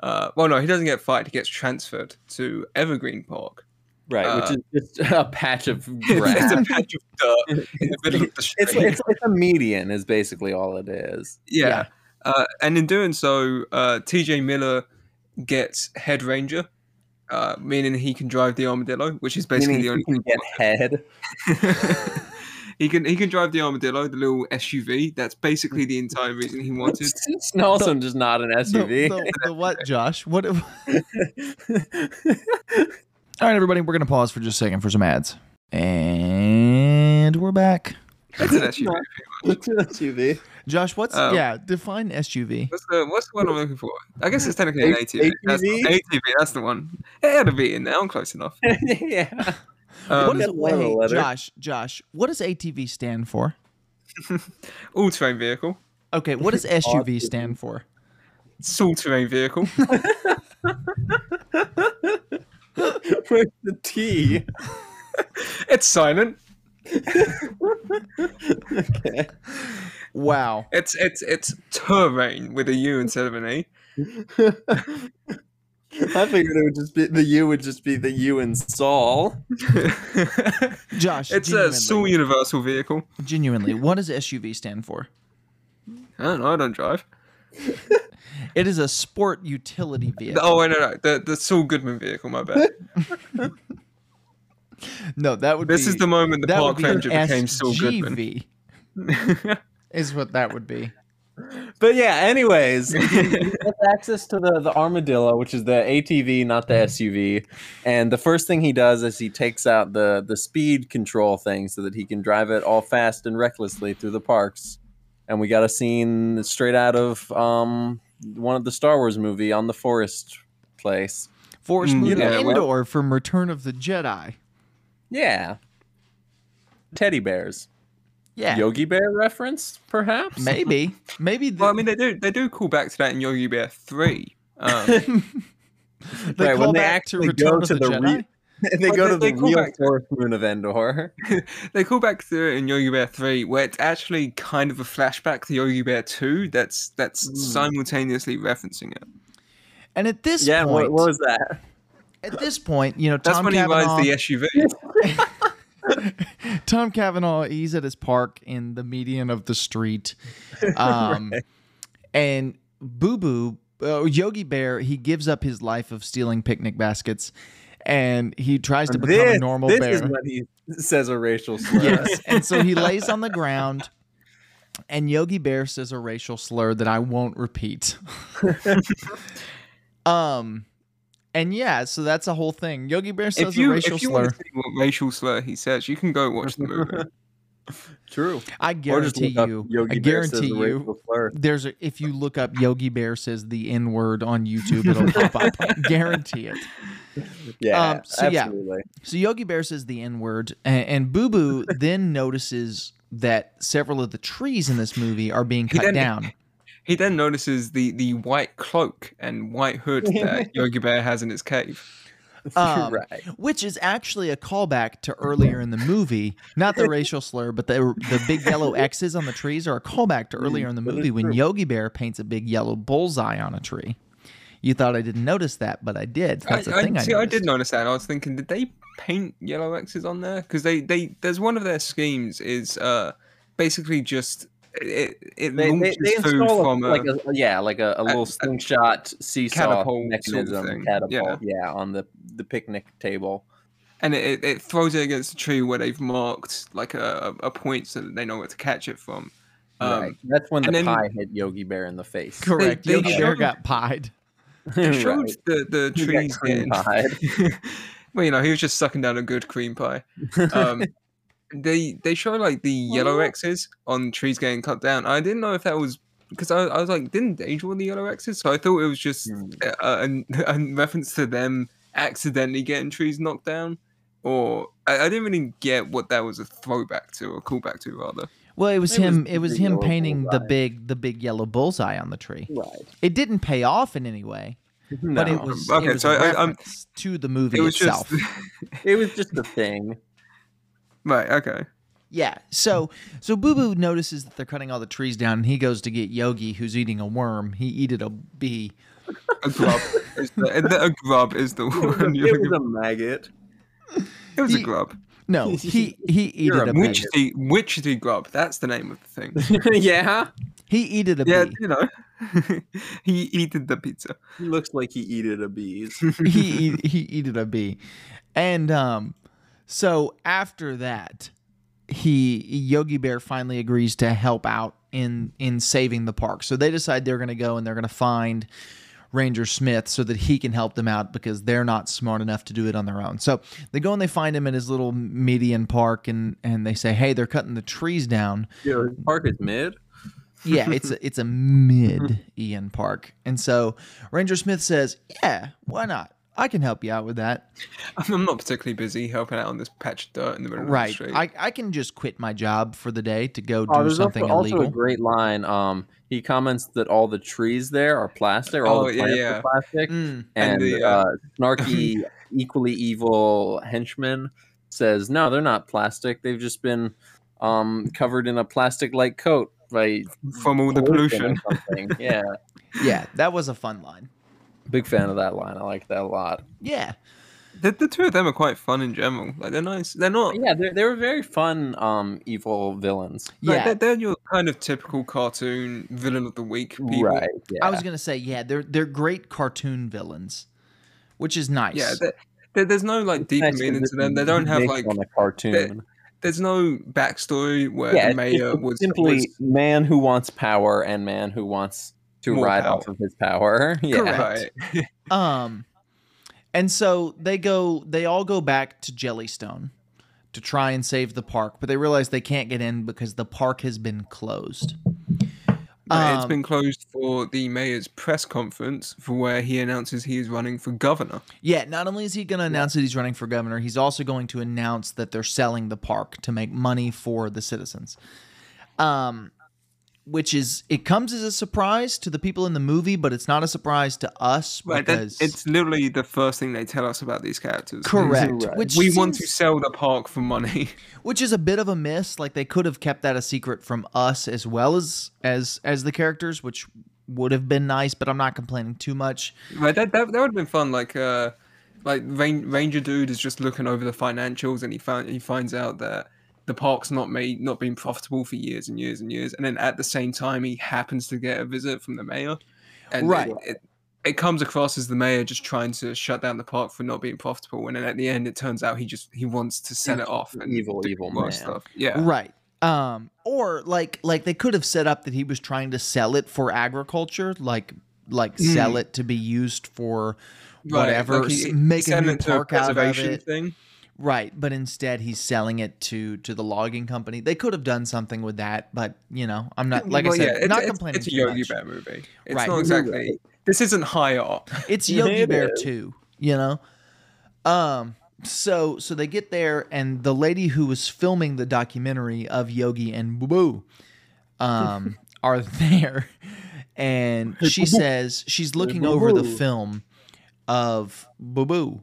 B: Uh, well, no, he doesn't get fired. He gets transferred to Evergreen Park.
C: Right,
B: uh,
C: which is just a patch of
B: It's,
C: grass.
B: a patch of dirt in the middle of the street.
C: it's, it's, it's a median is basically all it is.
B: yeah.
A: yeah.
B: Uh, and in doing so, uh, TJ Miller gets Head Ranger, uh, meaning he can drive the armadillo, which is basically
C: Meaning you
B: the only
C: can get head.
B: he can he can drive the armadillo, the little SUV. That's basically the entire reason he wanted.
C: It's also just not an
A: the,
C: SUV.
A: the- the what, Josh? What? All right, everybody, we're gonna pause for just a second for some ads, and we're back.
B: It's an SUV.
C: it's an SUV.
A: Josh, what's
B: Oh.
A: yeah? Define SUV.
B: What's the what's the one I'm looking for? I guess it's technically an
C: A-
B: ATV. That's, the-
C: ATV?
B: ATV. That's the one. It had a V in there. I'm close enough.
C: yeah.
B: Um,
A: what does
C: is- that's one of the
A: wait,
C: letters.
A: Josh? Josh, what does ATV stand for?
B: all terrain vehicle.
A: Okay, what does SUV stand for?
B: It's all terrain vehicle.
C: Where's the T?
B: it's silent.
C: Okay.
A: Wow.
B: It's it's it's terrain with a U instead of an E.
C: I figured it would just be the U would just be the U in Saul.
A: Josh,
B: it's a
A: genuinely,
B: Saul Universal vehicle.
A: genuinely, what does SUV stand for?
B: I don't know. I don't drive.
A: It is a sport utility
B: The-
A: vehicle.
B: oh wait, no, no. The the Saul Goodman vehicle. My bad.
A: No, that would
B: This
A: be
B: is the moment the
A: that would
B: park
A: be an
B: ranger became Saul Goodman.
A: SGV. Is what that would be.
C: But yeah, anyways, gets access to the, the armadillo, which is the ATV, not the SUV. And the first thing he does is he takes out the the speed control thing so that he can drive it all fast and recklessly through the parks. And we got a scene straight out of um one of the Star Wars movie on the forest place.
A: Forest
B: Mm,
A: Moon
B: yeah, well-
A: Indoor from Return of the Jedi.
C: Yeah. Teddy bears.
A: Yeah.
C: Yogi bear reference, perhaps?
A: Maybe. Maybe the,
B: well, I mean, they do they do call back to that in Yogi Bear three. Um,
A: they
C: Right,
A: call
C: when they
A: back to
C: actually
A: Return
C: go
A: of
C: to
A: the,
C: the
A: Jedi.
C: re- they
B: But
C: go
B: they-
C: to the
B: they call
C: real
B: back-
C: fourth moon of Endor.
B: They call back to it in Yogi Bear 3, where it's actually kind of a flashback to Yogi Bear 2 that's that's
A: Hmm.
C: Mm.
B: simultaneously referencing it.
A: And at this
C: yeah,
A: point,
C: what, what was that?
A: at this point, you know,
B: That's
A: Tom
B: when he
A: Cavanaugh,
B: rides the SUV.
A: Tom Cavanaugh, he's at his park in the median of the street. Um, And Boo Boo, uh, Yogi Bear, he gives up his life of stealing picnic baskets and he tries to become
C: this
A: a normal
C: this
A: bear.
C: is when he says a racial slur.
A: Yes. and so he lays on the ground, and Yogi Bear says a racial slur that I won't repeat. um, and yeah, so that's a whole thing. Yogi Bear says
B: If you,
A: a racial
B: if you
A: slur.
B: want to see what racial slur he says, you can go watch the movie.
C: True.
A: I
C: Or just
A: guarantee
C: look up
A: you.
C: Yogi
A: I
C: Bear says
A: guarantee
C: a
A: you.
C: racial
B: Um,
C: slur.
A: There's a, if you look up Yogi Bear says the N word on YouTube, it'll pop up. I guarantee it.
C: Yeah,
A: Um, so yeah.
C: absolutely.
A: So Yogi Bear says the N word, and, and Boo Boo then notices that several of the trees in this movie are being
B: He
A: cut
B: then-
A: down.
B: He then notices the, the white cloak and white hood that Yogi Bear has in his cave.
A: Um,
C: right.
A: which is actually a callback to earlier in the movie. Not the racial slur, but the the big yellow X's on the trees are a callback to earlier in the
C: that is
A: movie when
C: true.
A: Yogi Bear paints a big yellow bullseye on a tree. You thought I didn't notice that, but I did. That's a
B: I,
A: thing I,
B: see, I did
A: noticed.
B: notice that. and I was thinking, did they paint yellow X's on there? Because they, they there's one of their schemes is uh basically just it it
C: They, they,
B: launches
C: they
B: food
C: install a,
B: from
C: like a, yeah, like a, a little
B: a-
C: slingshot seesaw
B: catapult sort of
C: mechanism,
B: thing.
C: catapult, yeah. on the the picnic table.
B: and it, it, it throws it against a tree where they've marked like a, a point so that they know where to catch it from. Um,
C: right. That's when the
B: and then-
C: pie hit Yogi Bear in the face.
A: Correct.
B: they
A: Yogi Bear
B: showed-
A: got pied.
B: They
C: Right.
B: showed the, the
C: He got
B: trees
C: cream
B: getting.
C: pie.
B: well, you know, he was just sucking down a good cream pie. Um, they they show like the yellow X's on trees getting cut down. I didn't know if that was because I, I was like, didn't they draw the yellow X's? So I thought it was just
C: Hmm.
B: a, a, a reference to them accidentally getting trees knocked down. Or I, I didn't really get what that was a throwback to or callback to rather.
A: Well, it was
C: It was
A: him.
C: the
A: it was
C: big
A: him
C: yellow
A: painting the
C: bullseye.
A: big the big yellow bullseye on the tree.
C: Right.
A: It didn't pay off in any way, but it was
B: Okay,
A: it was
B: so
A: a
B: I- I'm-
A: reference to the movie
B: It was
A: itself.
B: just
C: it was just a thing.
B: right. Okay.
A: Yeah. So so Boo Boo notices that they're cutting all the trees down, and he goes to get Yogi, who's eating a worm. He eated a bee.
B: A grub. is the, a grub is the
C: It was
B: one.
C: a,
B: you're
C: it
B: looking
C: was a maggot.
B: It was a
A: Ye-
B: grub.
A: No, he he
C: You're
A: eated
C: a
A: a bee.
B: Witch the witch the grub. That's the name of the thing.
C: yeah.
A: He eated a
B: yeah,
A: bee.
B: you know, he eated the pizza.
C: He looks like he eated a bees.
A: he eat, he eated a bee, and um, so after that, he Yogi Bear finally agrees to help out in in saving the park. So they decide they're going to go and they're going to find Ranger Smith so that he can help them out because they're not smart enough to do it on their own. So they go and they find him in his little median park, and and they say, "Hey, they're cutting the trees down."
C: Yo, Park is mid.
A: yeah, it's a, it's a mid Ian Park, and so Ranger Smith says, "Yeah, why not? I can help you out with that."
B: I'm not particularly busy helping out on this patch of dirt in the middle of the
A: Right.
B: street.
A: I, I can just quit my job for the day to go do
C: Oh, there's
A: something
C: also, also
A: illegal.
C: a great line. Um, he comments that all the trees there are plastic, or all
B: Oh,
C: the
B: yeah,
C: plants
B: yeah.
C: are plastic,
A: Mm.
C: and
B: And the,
C: uh,
B: uh,
C: snarky, equally evil henchman says, "No, they're not plastic. They've just been um covered in a plastic-like coat by
B: From all the pollution.
C: or something." yeah,
A: Yeah, that was a fun line.
C: big fan of that line. I like that a lot.
A: Yeah.
B: The, the two of them are quite fun in general. Like they're nice. They're not.
C: But yeah, they they were very fun. Um, evil villains.
B: like,
A: Yeah.
B: they're, they're your kind of typical cartoon villain of the week people.
C: Right. Yeah.
A: I was going to say, yeah, they're they're great cartoon villains, which is nice.
B: Yeah. They're, there- there's no like deep
C: Nice 'cause
B: meaning
C: it's
B: to them. They don't have
C: based
B: like.
C: on a cartoon.
B: There's no backstory where
C: yeah,
B: the
C: it's just
B: mayor was
C: simply
B: was-
C: man who wants power and man who wants to
B: More
C: ride
B: power.
C: off of his power. Yeah.
B: Right.
A: Um and so they go they all go back to Jellystone to try and save the park, but they realize they can't get in because the park has been closed.
B: Uh, it's
A: Um,
B: been closed for the mayor's press conference for where he announces he is running for governor.
A: Yeah, not only is he going to announce that he's running for governor, he's also going to announce that they're selling the park to make money for the citizens. Um, which is it comes as a surprise to the people in the movie, but it's not a surprise to us
B: Right, that,
A: because
B: it's literally the first thing they tell us about these characters. is
A: correct.
C: Right.
A: Which
B: We want to
A: seems-
B: sell the park for money.
A: which is a bit of a miss. Like they could have kept that a secret from us as well as as as the characters, which would have been nice. But I'm not complaining too much.
B: Right, that that, that would have been fun. Like, uh, like Ran- Ranger dude is just looking over the financials, and he found he finds out that the park's not made not been profitable for years and years and years, and then at the same time he happens to get a visit from the mayor, and it-
A: Right.
B: It, it comes across as the mayor just trying to shut down the park for not being profitable, and then at the end it turns out he just he wants to sell it off and
C: evil,
B: do
C: evil
B: more
C: man.
B: stuff. Yeah,
A: Right. Um. Or like like they could have set up that he was trying to sell it for agriculture, like like
B: Mm.
A: sell it to be used for
B: Right, like
A: whatever,
B: he-
A: s-
B: he
A: make a
B: sent
A: new
B: it to
A: park out of
B: preservation
A: it.
B: thing.
A: Right, but instead he's selling it to to the logging company. They could have done something with that, but you know, I'm not like I
B: Well,
A: said,
B: yeah, it's-
A: not
B: it's-
A: complaining
B: It's a
A: too
B: Yogi
A: much.
B: Bear movie. It's
A: Right.
B: not exactly. This isn't high art.
A: It's
C: It
A: Yogi Bear
C: is.
A: too, you know. Um, so so they get there, and the lady who was filming the documentary of Yogi and Boo Boo, um, are there, and she says she's looking over the film of Boo Boo,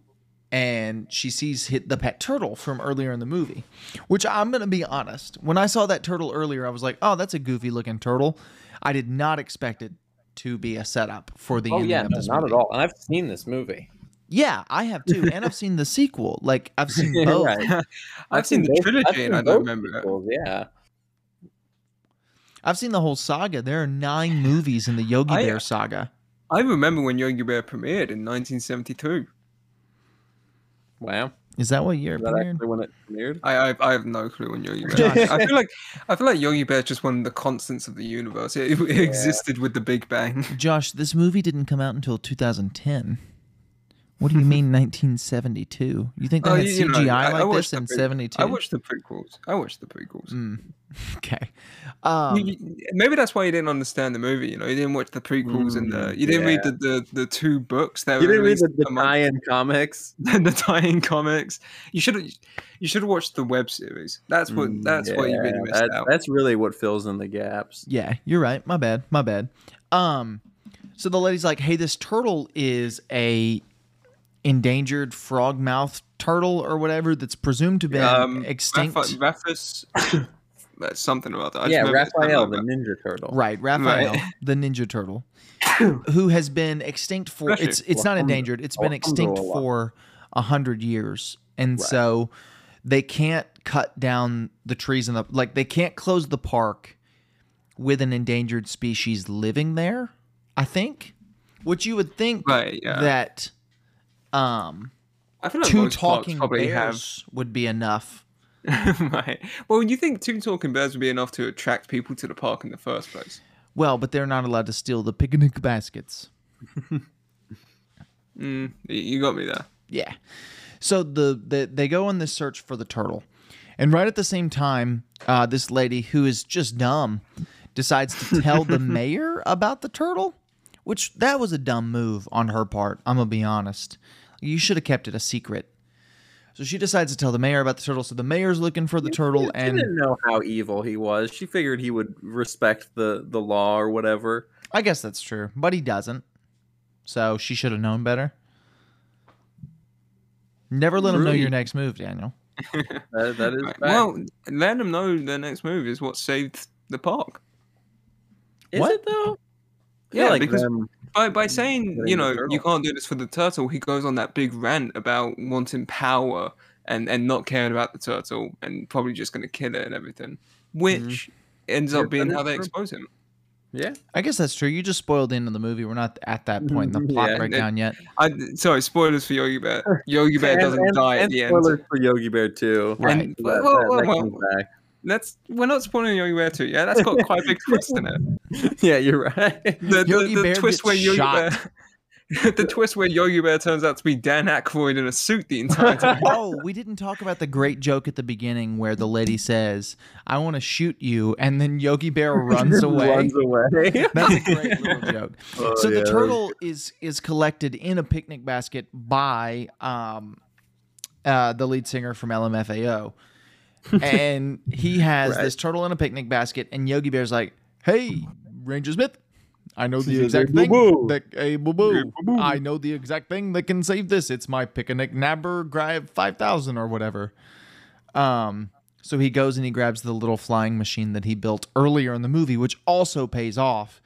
A: and she sees hit the pet turtle from earlier in the movie, which I'm gonna be honest. When I saw that turtle earlier, I was like, oh, that's a goofy looking turtle. I did not expect it to be a setup for the
C: Oh
A: ending
C: yeah,
A: of
C: no,
A: this
C: not
A: movie.
C: at all. And I've seen this movie.
A: Yeah, I have too, and I've seen the sequel. Like I've seen
C: Yeah,
A: both.
C: right.
B: I've, seen, the
C: both-
B: trilogy
C: I've seen
B: and I
C: both
B: don't remember it.
C: sequels, Yeah,
A: I've seen the whole saga. There are nine movies in the Yogi
B: I- uh,
A: Bear saga.
B: I remember when Yogi Bear premiered in 1972.
C: wow.
A: Is that what year
C: Is
A: it
C: that
A: premiered?
C: actually when it premiered?
B: I, I I have no clue when Yogi Bear. I feel like I feel like Yogi Bear is just one of the constants of the universe. It, it existed with the Big Bang.
A: Josh, this movie didn't come out until 2010. What do you mean 1972? You think they
B: Oh,
A: had
B: you-
A: CGI
B: you know, I- I
A: like
B: watched
A: this
B: the
A: in
B: pre-
A: 72?
B: I watched the prequels. I watched the prequels.
A: okay.
B: You-
A: Mm, Um,
B: you- Maybe that's why you didn't understand the movie. You know, you didn't watch the prequels and
A: Mm,
B: the you didn't read the, the the two books that
C: You
B: were
C: didn't read
B: released
C: the, the
B: a month
C: tie-in comics.
B: the tie-in comics. You should have you should have watched the web series. That's what
A: Mm,
B: that's what you really missed
C: that-
B: out.
C: That's really what fills in the gaps.
A: Yeah, you're right. My bad. My bad. Um, so the lady's like, "Hey, this turtle is a endangered frogmouth turtle or whatever that's presumed to be
B: Um,
A: extinct."
B: Rapha- Raphis, that's something about that. I just
C: Yeah,
B: remember it's something
C: Raphael, the
B: like
C: Ninja Turtle.
A: Right, Raphael,
B: Right.
A: the Ninja Turtle, who has been extinct for
B: Russia.
A: it's it's not
C: Alhamdulillah.
A: endangered. It's been extinct
C: Alhamdulillah.
A: for a hundred years, and so they can't cut down the trees in the like they can't close the park with an endangered species living there. I think, which you would think
B: that. Right, yeah.
A: that um
B: I feel like
A: two
B: most parks
A: talking
B: probably
A: bears would be enough.
B: have. right. Well, you think two talking bears would be enough to attract people to the park in the first place?
A: Well, but they're not allowed to steal the picnic baskets.
B: Mm, y- you got me there.
A: Yeah. So the, the they go on this search for the turtle, and right at the same time, uh, this lady who is just dumb decides to tell the mayor about the turtle, which that was a dumb move on her part. I'm gonna be honest. You should have kept it a secret. So she decides to tell the mayor about the turtle. So the mayor's looking for the turtle,
C: She
A: and
C: didn't know how evil he was. She figured he would respect the the law or whatever.
A: I guess that's true, but he doesn't. So she should have known better. Never let him know
C: Rudy.
A: your next move, Daniel.
C: That, that is
B: Right.
C: fact.
B: Well, let them know their next move is what saved the park.
C: is
A: what?
C: it though? I feel
B: Yeah,
C: like
B: because-
C: them-
B: By, by saying, you
C: Getting the
B: know, you
C: turtle.
B: can't do this for the turtle, he goes on that big rant about wanting power and, and not caring about the turtle and probably just going to kill it and everything, which ends
C: Yeah,
B: up being
C: that
B: how
C: is
B: they
C: true.
B: expose him.
C: yeah,
A: I guess that's true. You just spoiled the end of the movie. We're not at that point in the plot
C: Yeah,
A: breakdown yet.
B: I, sorry, spoilers for Yogi Bear. Yogi Bear
C: And-
B: doesn't
C: and-
B: die at
C: and
B: the end.
C: spoilers for Yogi Bear too.
A: Right.
B: And-
C: That-
B: well,
C: that-
B: well,
C: that
B: well,
C: comes back.
B: that's we're not spoiling Yogi Bear too. Yeah, that's got quite a big twist in it.
C: Yeah, you're right.
B: The, the-
A: Yogi
B: the
A: Bear gets
B: twist where Yogi
A: shot.
B: Bear, the twist where Yogi Bear turns out to be Dan Aykroyd in a suit the entire time.
A: oh, we didn't talk about the great joke at the beginning where the lady says, "I want to shoot you," and then Yogi Bear runs away.
C: Runs away.
A: That's a great little joke.
C: Oh,
A: so
C: yeah,
A: the
C: that
A: turtle is is collected in a picnic basket by um, uh, the lead singer from LMFAO, and he has
C: Right.
A: this turtle in a picnic basket, and Yogi Bear's like, hey, Ranger Smith, I know
B: She
A: the
B: says,
A: exact
B: "Hey,
A: thing
B: boo-boo."
A: that hey boo
B: Hey,
A: boo.
B: boo-boo.
A: I know the exact thing that can save this. It's my picnic nabber grab five thousand or whatever. Um, so he goes and he grabs the little flying machine that he built earlier in the movie, which also pays off.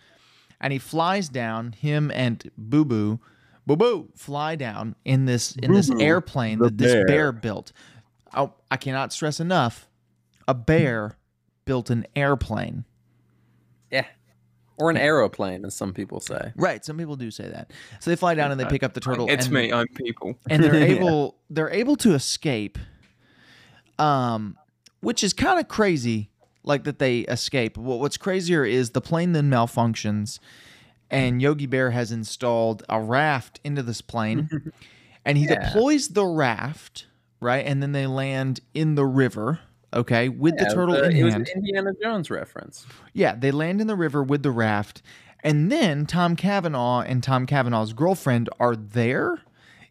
A: And he flies down. Him and Boo Boo, Boo Boo, fly down in this in this
B: Boo-Boo,
A: airplane
B: the
A: that this
B: bear.
A: bear built. Oh, I cannot stress enough. A bear built an airplane.
C: or an aeroplane, as some people say.
A: Right. Some people do say that. So they fly down and they pick up the turtle.
B: Uh, It's
A: and,
B: me. I'm people.
A: and they're
C: Yeah.
A: able they're able to escape. Um, which is kind of crazy. Like that they escape. What what's crazier is the plane then malfunctions, and Yogi Bear has installed a raft into this plane, and he
C: Yeah.
A: deploys the raft right, and then they land in the river. Okay, with
C: Yeah, uh,
A: the turtle
C: it was, a-
A: in
C: it was
A: hand.
C: an Indiana Jones reference.
A: Yeah, they land in the river with the raft, and then Tom Cavanaugh and Tom Cavanaugh's girlfriend are there,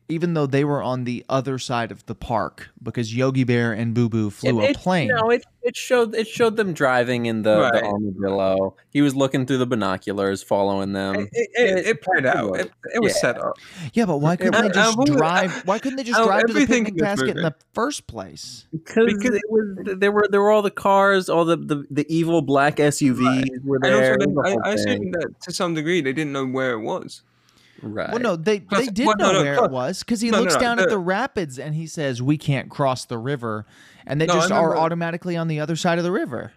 A: even though they were on the other side of the park because Yogi Bear and Boo Boo flew
C: It-
A: a plane.
C: It, no, it, it showed it showed them driving in the,
B: Right.
C: the armadillo. He was looking through the binoculars, following them.
B: It, it, it, it played out. It, it was
C: Yeah.
B: set up.
A: yeah, but why couldn't they
B: out
A: just
B: of all-
A: drive? Why couldn't they just
B: out of
A: drive to the
B: Oh, everything
A: picnic
B: in this
A: basket in
B: movie.
A: the first place?
C: Because,
B: Because-
C: it was there were there were all the cars, all the the, the evil black SUVs were
B: And
C: there.
B: also,
C: it
B: then,
C: was the
B: I, I
C: whole thing.
B: assume that to some degree they didn't know where it was.
C: right.
A: Well, no, they, they
B: Plus-
A: did
B: well,
A: know
B: no, no,
A: where it
B: plus-
A: was because he
B: no, no,
A: looks
B: no,
A: down at
B: the-
A: the rapids and he says, "We can't cross the river," and they
B: No, I
A: just are
B: remember-
A: automatically on the other side of the river.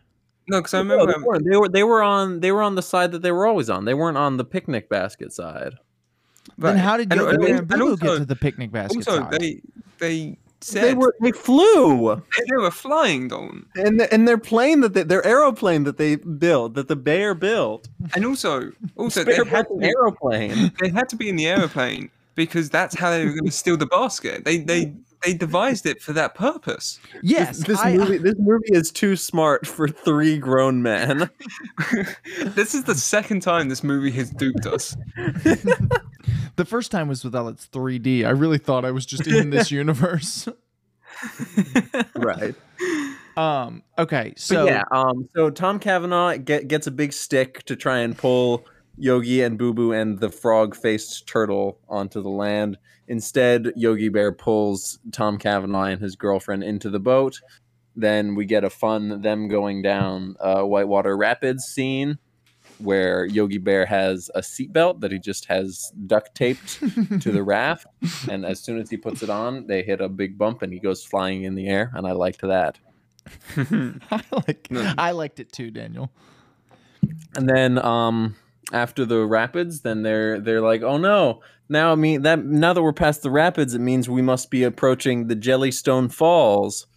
B: No, because I
C: No,
B: remember.
C: they, weren't.
B: um,
C: they were they were on they were on the side that they were always on. They weren't on the picnic basket side.
A: Then how did
B: And-
A: Yogi
B: and-
A: Bear and Boo
B: and
A: Boo
B: also-
A: get to the picnic basket?
B: Also,
A: side?
B: they they said
C: They were they flew,
B: they were flying, Dolan.
C: and the, and their plane that they, their aeroplane that they built that the bear built.
B: And also, also they
C: Bear built
B: had, to
C: an
B: be,
C: airplane.
B: they had to be in the aeroplane because that's how they were going to steal the basket. They they they devised it for that purpose.
A: yes,
C: this, this
A: I-
C: movie this movie is too smart for three grown men.
B: this is the second time this movie has duped us.
A: The first time was with its 3D. I really thought I was just in this universe.
C: right.
A: Um. Okay. So
C: So yeah, um, so Tom Cavanaugh get, gets a big stick to try and pull Yogi and Boo Boo and the frog-faced turtle onto the land. Instead, Yogi Bear pulls Tom Cavanaugh and his girlfriend into the boat. Then we get a fun them going down uh, Whitewater Rapids scene where Yogi Bear has a seatbelt that he just has duct taped to the raft, and as soon as he puts it on, they hit a big bump and he goes flying in the air, and I liked that.
A: I like.
B: No.
A: I liked it too, Daniel.
C: And then um after the rapids, then they're they're like, oh no, now I mean that now that we're past the rapids, it means we must be approaching the Jellystone Falls.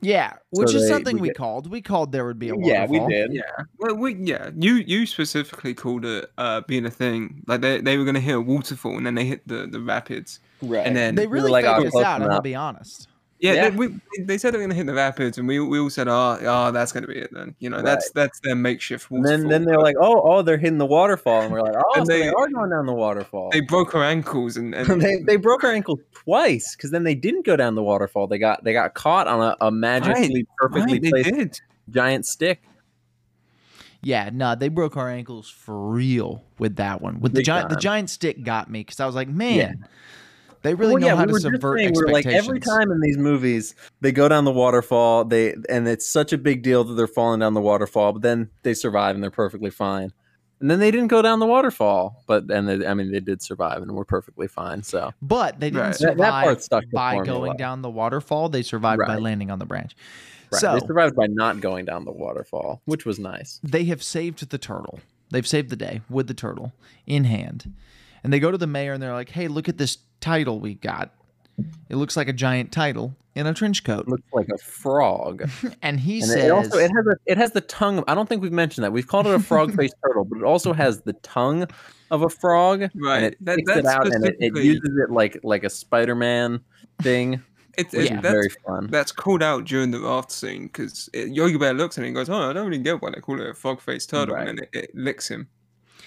A: Yeah, which is
C: they-
A: something we,
C: we get-
A: called. We called there would be a
C: yeah,
A: waterfall.
C: we did.
B: Yeah. Well, we, yeah, you you specifically called it uh, being a thing. Like they, they were going to hit a waterfall and then they hit the, the rapids.
C: Right.
B: And then
A: They
C: were
A: really
C: like, "Oh,
A: faked us
C: close
A: out. I'm
C: enough."
A: gonna be honest.
B: yeah,
C: Yeah.
B: They, we, they said they were going to hit the rapids and we we all said, oh, oh that's going to be it then. You know, that's that's their makeshift
C: And
B: waterfall.
C: then, then they're like, oh, oh, they're hitting the waterfall, and we're like, oh,
B: And
C: so they,
B: they-
C: are going down the waterfall.
B: they broke her ankles and, and
C: they, they broke our ankle twice because then they didn't go down the waterfall. They got they got caught on a, a magically perfectly
B: Right, they
C: placed
B: did.
C: giant stick.
A: Yeah, no, they broke our ankles for real with that one. With the
C: Big
A: giant, the
C: time.
A: giant stick got me because I was like, man, they really
C: Well,
A: know how
C: we
A: to
C: were just
A: subvert
C: saying, we were like
A: expectations.
C: every time in these movies, they go down the waterfall. They and it's such a big deal that they're falling down the waterfall, but then they survive and they're perfectly fine. And then they didn't go down the waterfall, but and they, I mean they did survive and were perfectly fine. So
A: But they didn't
B: Right.
C: That- that part
A: survive
C: stuck to
A: by
C: formula.
A: going down the waterfall. They survived by
C: Right.
A: landing on the branch.
C: right.
A: So
C: they survived by not going down the waterfall, which was nice.
A: they have saved the turtle. They've saved the day with the turtle in hand. And they go to the mayor and they're like, hey, look at this title we got. It looks like a giant title in a trench coat.
C: It looks like a frog.
A: And he
C: And
A: says,
C: it also it has a, it has the tongue. I don't think we've mentioned that. We've called it a frog-faced turtle, but it also has the tongue of a frog.
B: Right.
C: and it
B: That-
C: sticks it
B: that's
C: out and it, it
B: specifically-
C: uses it like like a Spider-Man thing,
B: It's
C: which
B: it's
A: Yeah.
C: is
B: that's,
C: very fun.
B: that's called out during the raft scene because Yogi Bear looks at it and goes, "Oh, I don't really get why they call it a frog-faced turtle,"
C: Right.
B: and then it, it licks him.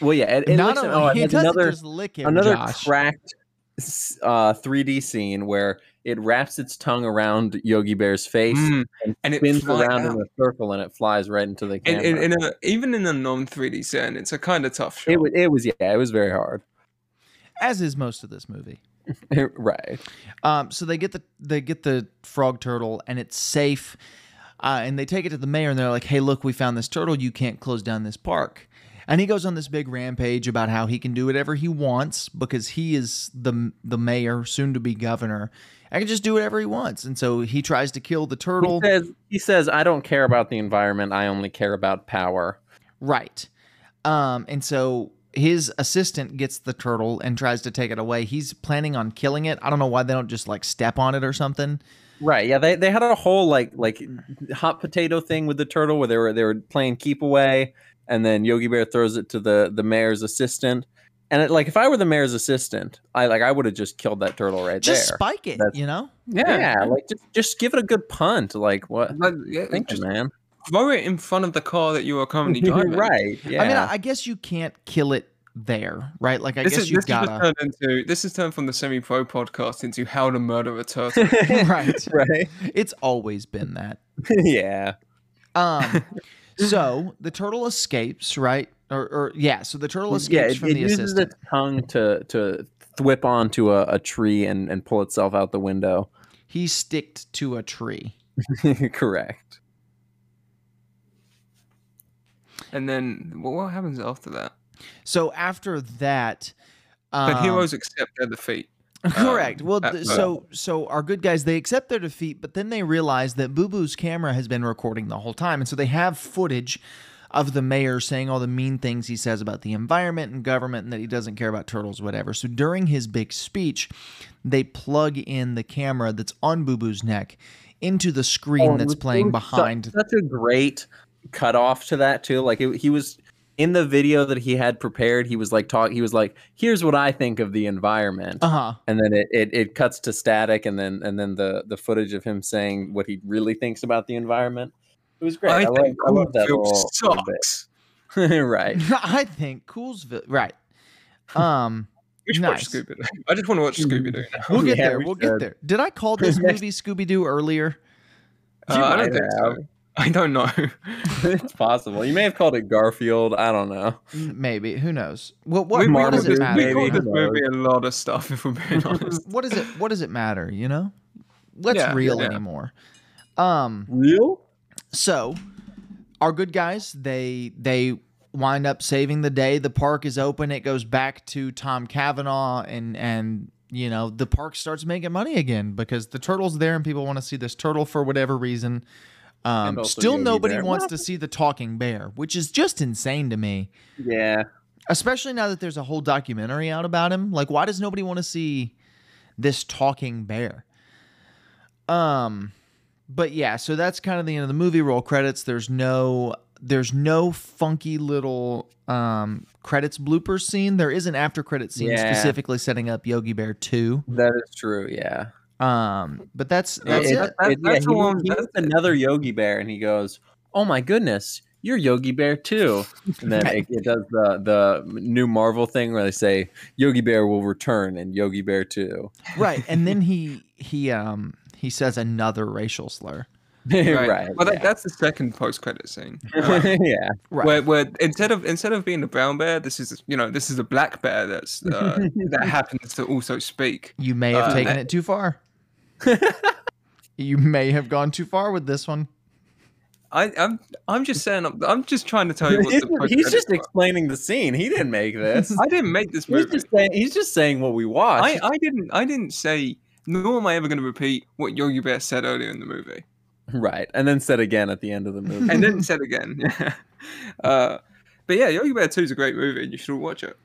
C: Well, yeah, it, it
A: not
C: looks-
A: only
C: oh, and
A: he
C: there's
A: doesn't
C: another
A: just lick him,
C: another
A: Josh.
C: cracked s- uh, 3D scene where it wraps its tongue around Yogi Bear's face
B: Mm.
C: and,
B: and it
C: spins
B: fly
C: around
B: out.
C: in a circle and it flies right into the
B: And,
C: camera.
B: and, and, uh, even in a non 3D setting, it's a kind of tough shot.
C: it was, it was, yeah, it was very hard.
A: as is most of this movie.
C: right.
A: Um, so they get the they get the frog turtle and it's safe, uh, and they take it to the mayor and they're like, "Hey, look, we found this turtle. You can't close down this park." And he goes on this big rampage about how he can do whatever he wants because he is the the mayor, soon to be governor, and can just do whatever he wants. And so he tries to kill the
C: He
A: turtle.
C: says, he says, I don't care about the environment. I only care about power.
A: Right. Um, and so his assistant gets the turtle and tries to take it away. He's planning on killing it. I don't know why they don't just like step on it or something.
C: Right. Yeah. They, they had a whole like like hot potato thing with the turtle where they were they were playing keep away, and then Yogi Bear throws it to the the mayor's assistant. And it, like if I were the mayor's assistant, I like I would have just killed that turtle right
A: Just
C: there.
A: spike it,
C: That's-
A: you know?
C: yeah. Like just just give it a good punt. Like what?
B: Like, yeah,
C: Thank
B: just
C: you, man.
B: throw it in front of the car that you are currently driving.
C: right. Yeah.
A: I mean, I, I guess you can't kill it there, right? Like, I
B: this
A: guess
B: is,
A: you
B: this has
A: gotta.
B: just turned into this is turned from the semi pro podcast into how to murder a turtle.
A: right.
C: right.
A: It's always been that.
C: yeah.
A: Um, so the turtle escapes, right? Or, or yeah, so the turtle escapes
C: yeah. It,
A: from
C: it
A: the
C: uses
A: assistant.
C: its tongue to to thwip onto a, a tree and and pull itself out the window.
A: He sticked to a tree.
C: Correct.
B: and then what, what happens after that?
A: So after that.
B: But
A: Um,
B: heroes accept their defeat.
A: Correct.
B: um,
A: Well,
C: uh,
B: at
A: th-
B: the-
A: so so our good guys they accept their defeat, but then they realize that Boo Boo's camera has been recording the whole time, and so they have footage of the mayor saying all the mean things he says about the environment and government, and that he doesn't care about turtles, whatever. So during his big speech, they plug in the camera that's on Boo Boo's neck into the screen
C: Oh,
A: that's
C: it was-
A: playing
C: it was su-
A: behind.
C: Such a great cutoff to that too. Like it, he was in the video that he had prepared. He was like talk. He was like, "Here's what I think of the environment,"
A: Uh huh.
C: and then it, it it cuts to static, and then and then the the footage of him saying what he really thinks about the environment. It was great. I, love, I love that
B: Cornfield
C: little, little bit.
B: sucks.
C: right.
A: I think Coolsville. Right. Um.
B: We should
A: Nice.
B: watch Scooby Doo. I just want to watch Scooby Doo. now.
A: We'll get
C: Oh, Yeah,
A: there.
C: we
A: We'll get
C: should.
A: there. Did I call this
C: Next-
A: movie Scooby Doo earlier?
C: You
B: Uh,
C: might
B: I don't think so. I don't know.
C: it's possible. You may have called it Garfield. I don't know.
A: Mm, Maybe. Who knows? What what,
B: we, we
A: what
B: call
A: does it
B: this, we
A: matter?
B: call
C: Maybe.
B: this movie a lot of stuff, if we're being honest.
A: What does it what does it matter, you know? What's
B: Yeah,
A: real
B: yeah.
A: anymore? Um
C: Real?
A: so our good guys, they they wind up saving the day. The park is open. It goes back to Tom Cavanaugh and and you know, the park starts making money again because the turtle's there and people want to see this turtle for whatever reason.
C: And
A: Um,
C: also
A: still,
C: Yogi
A: nobody
C: Bear.
A: wants to see the talking bear, which is just insane to me.
C: Yeah.
A: especially now that there's a whole documentary out about him like why does nobody want to see this talking bear um but yeah so that's kind of the end of the movie roll credits there's no there's no funky little um credits blooper scene there is an after credit scene
C: Yeah.
A: specifically setting up yogi bear 2
C: That is true. Yeah.
A: um but that's that's
B: It-
A: it,
B: that- that-
C: yeah,
B: that's
C: he,
B: the one-
C: he
B: that's-
C: meets another Yogi Bear, and he goes, "Oh my goodness, you're Yogi Bear too." And then it, it does the the new Marvel thing where they say Yogi Bear will return and Yogi Bear too.
A: right and then he he um he says another racial slur
C: right.
B: Well, that,
C: yeah.
B: that's the second post-credit scene. Um,
C: yeah.
A: right
B: Where, where instead of instead of being a brown bear, this is you know this is a black bear that's uh, that happens to also speak.
A: You may have
B: Uh,
A: taken
B: that-
A: it too far. you may have gone too far with this one.
B: I, I'm I'm just saying I'm, I'm just trying to tell you what
C: He's,
B: the
C: he's
B: post-credits
C: just
B: were.
C: explaining the scene. He didn't make this.
B: I didn't make this
C: he's
B: movie.
C: just saying he's just saying what we watched.
B: I, uh I didn't I didn't say nor am I ever going to repeat what Yogi Bear said earlier in the movie,
C: right, and then said again at the end of the movie.
B: and then said again. uh, but yeah, Yogi Bear Two is a great movie, and you should all watch it.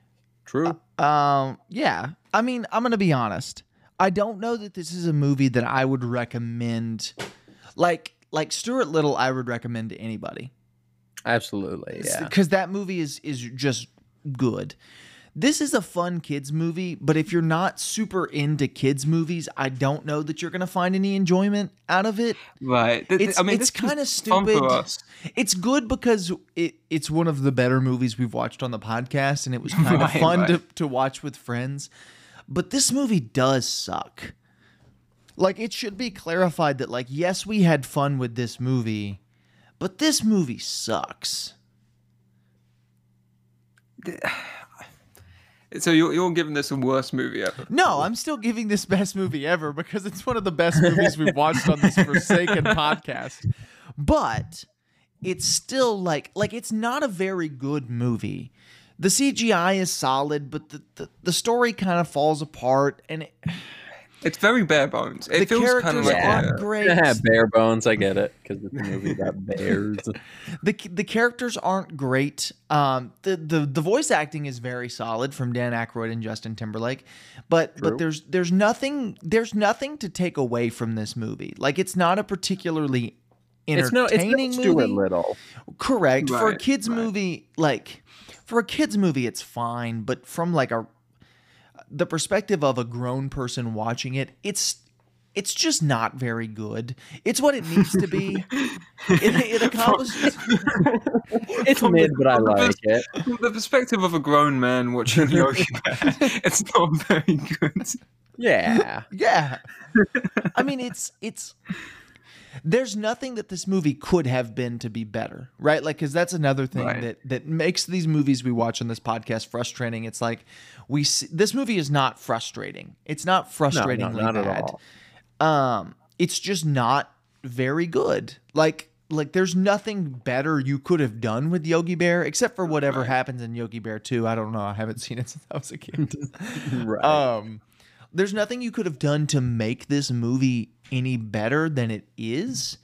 C: True.
A: Um, yeah. I mean, I'm gonna be honest. I don't know that this is a movie that I would recommend. Like, like Stuart Little, I would recommend to anybody
C: Absolutely. Yeah.
A: because that movie is is just good. This is a fun kids movie, but if you're not super into kids movies, I don't know that you're gonna find any enjoyment out of it.
B: Right. Th- th-
A: It's
B: I mean,
A: it's
B: this was
A: kind of
B: fun
A: stupid.
B: for us.
A: It's good because it, it's one of the better movies we've watched on the podcast, and it was kind of
B: Right,
A: fun
B: right.
A: To, to watch with friends. But this movie does suck. like it should be clarified that like yes, we had fun with this movie, but this movie sucks.
B: So you're, you're giving this a worst movie ever.
A: No, I'm still giving this best movie ever because it's one of the best movies we've watched on this Forsaken podcast. But it's still like like it's not a very good movie. The CGI is solid, but the the, the story kind of falls apart, and it,
B: It's very bare bones. It
A: the
B: feels kind of
A: characters
B: like
C: Yeah.
A: aren't great.
C: Yeah, bare bones. I get it because it's a movie about bears.
A: the the characters aren't great. Um, the the the voice acting is very solid from Dan Aykroyd and Justin Timberlake, but but
C: True.
A: there's there's nothing there's nothing to take away from this movie. Like it's not a particularly
C: It's no, it's
A: entertaining
C: no
A: movie.
C: Stuart Little.
A: Correct for a
B: Right,
A: kids
B: right.
A: movie, like for a kids movie, it's fine. But from like a the perspective of a grown person watching it, it's it's just not very good. It's what it needs to be. it, it accomplishes.
C: It's mid, but I like it.
B: From the perspective of a grown man watching Yogi Bear, it's not very good.
C: Yeah,
A: Yeah. I mean, it's it's there's nothing that this movie could have been to be better, right? Like cuz that's another thing
B: Right.
A: that that makes these movies we watch on this podcast frustrating. It's like we see, this movie is not frustrating. It's not
C: no, no,
A: frustratingly
C: not
A: bad.
C: at all.
A: Um it's just not very good. Like like there's nothing better you could have done with Yogi Bear except for whatever
B: Right.
A: happens in Yogi Bear 2. I don't know. I haven't seen it since I was a kid.
C: Right.
A: Um, there's nothing you could have done to make this movie any better than it is.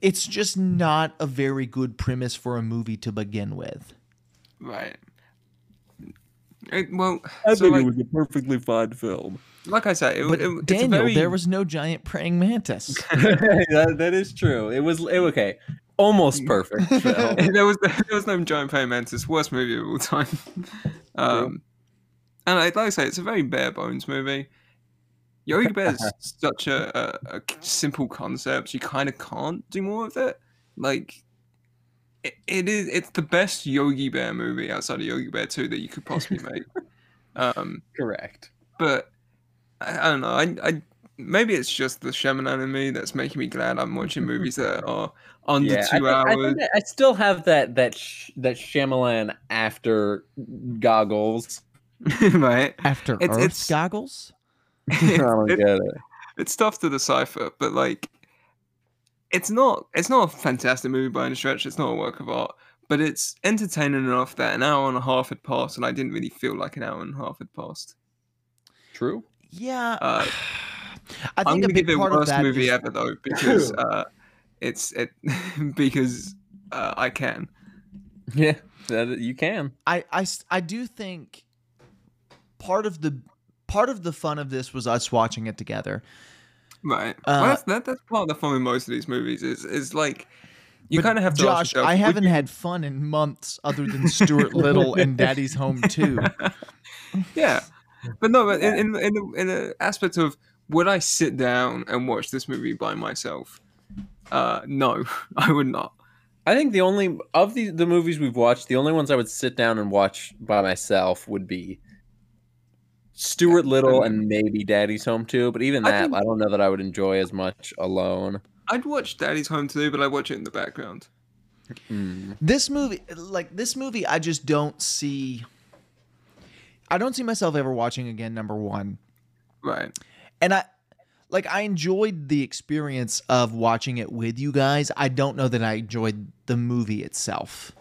A: It's just not a very good premise for a movie to begin with.
B: Right. It, well,
C: I
B: so like,
C: was a perfectly fine film.
B: like I say, it,
A: But
B: it, it's a
A: Daniel,
B: very,
A: there was no giant praying mantis.
C: that, that is true. It was it, okay, almost perfect film.
B: there was there was no giant praying mantis. Worst movie of all time. Um, and I, like I say, it's a very bare bones movie. Yogi Bear is such a, a, a simple concept. You kind of can't do more with it. Like it, it is. It's the best Yogi Bear movie outside of Yogi Bear Two that you could possibly make. um,
C: Correct.
B: but I, I don't know. I, I maybe it's just the Shaman in me that's making me glad I'm watching movies that are under
C: yeah, I, think-
B: two
C: I
B: hours.
C: think I, I still have that that sh- that Shyamalan after goggles.
B: right?
A: After
B: It's-
A: Earth
B: it's-
A: goggles,
C: I don't
B: It-
C: get it.
B: it's tough to decipher, but like, it's not it's not a fantastic movie by any stretch. It's not a work of art, but it's entertaining enough that an hour and a half had passed, and I didn't really feel like an hour and a half had passed.
C: True.
A: yeah.
B: Uh,
A: I
B: I'm
A: think a
B: gonna
A: big
B: give it
A: part of
B: worst
A: that
B: movie
A: is-
B: ever though because uh, it's it because uh, I can.
C: Yeah, that, you can.
A: I, I s- I do think part of the part of the fun of this was us watching it together.
B: Right.
A: Uh,
B: well, that's, that, that's part of the fun with most of these movies is is like you
A: But
B: kind of have to
A: Josh,
B: ask yourself,
A: I
B: would
A: haven't had fun in months other than Stuart Little and Daddy's Home Too.
B: Yeah, but no, but
C: Yeah.
B: in in in the, in the aspect of would I sit down and watch this movie by myself? Uh, no, I would not.
C: I think the only of the the movies we've watched, the only ones I would sit down and watch by myself would be Stuart Little and maybe Daddy's Home Too. But even
B: I
C: that,
B: think-
C: I don't know that I would enjoy as much alone.
B: I'd watch Daddy's Home too, but I watch it in the background.
C: Mm.
A: This movie, like this movie, I just don't see. I don't see myself ever watching again. Number one,
B: Right.
A: and I, like, I enjoyed the experience of watching it with you guys. I don't know that I enjoyed the movie itself.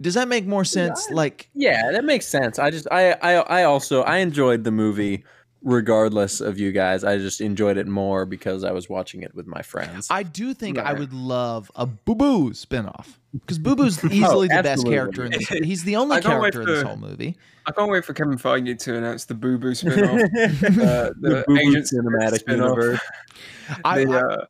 A: Does that make more sense? Like,
C: Yeah, that makes sense. I just I, I I also I enjoyed the movie regardless of you guys. I just enjoyed it more because I was watching it with my friends.
A: I do think I
B: Right.
A: would love a Boo Boo spinoff because Boo Boo's
B: Oh,
A: easily the best
C: absolutely.
A: character in this. He's the only
B: I can't wait
A: character in this
B: for-
A: whole movie.
B: I can't wait for Kevin Feige to announce the Boo Boo spin-off. uh,
C: the
B: the
C: Boo Boo
B: Agent Smith
C: cinematic
B: spin-off,
C: universe.
A: I,
B: The,
A: I,
B: uh,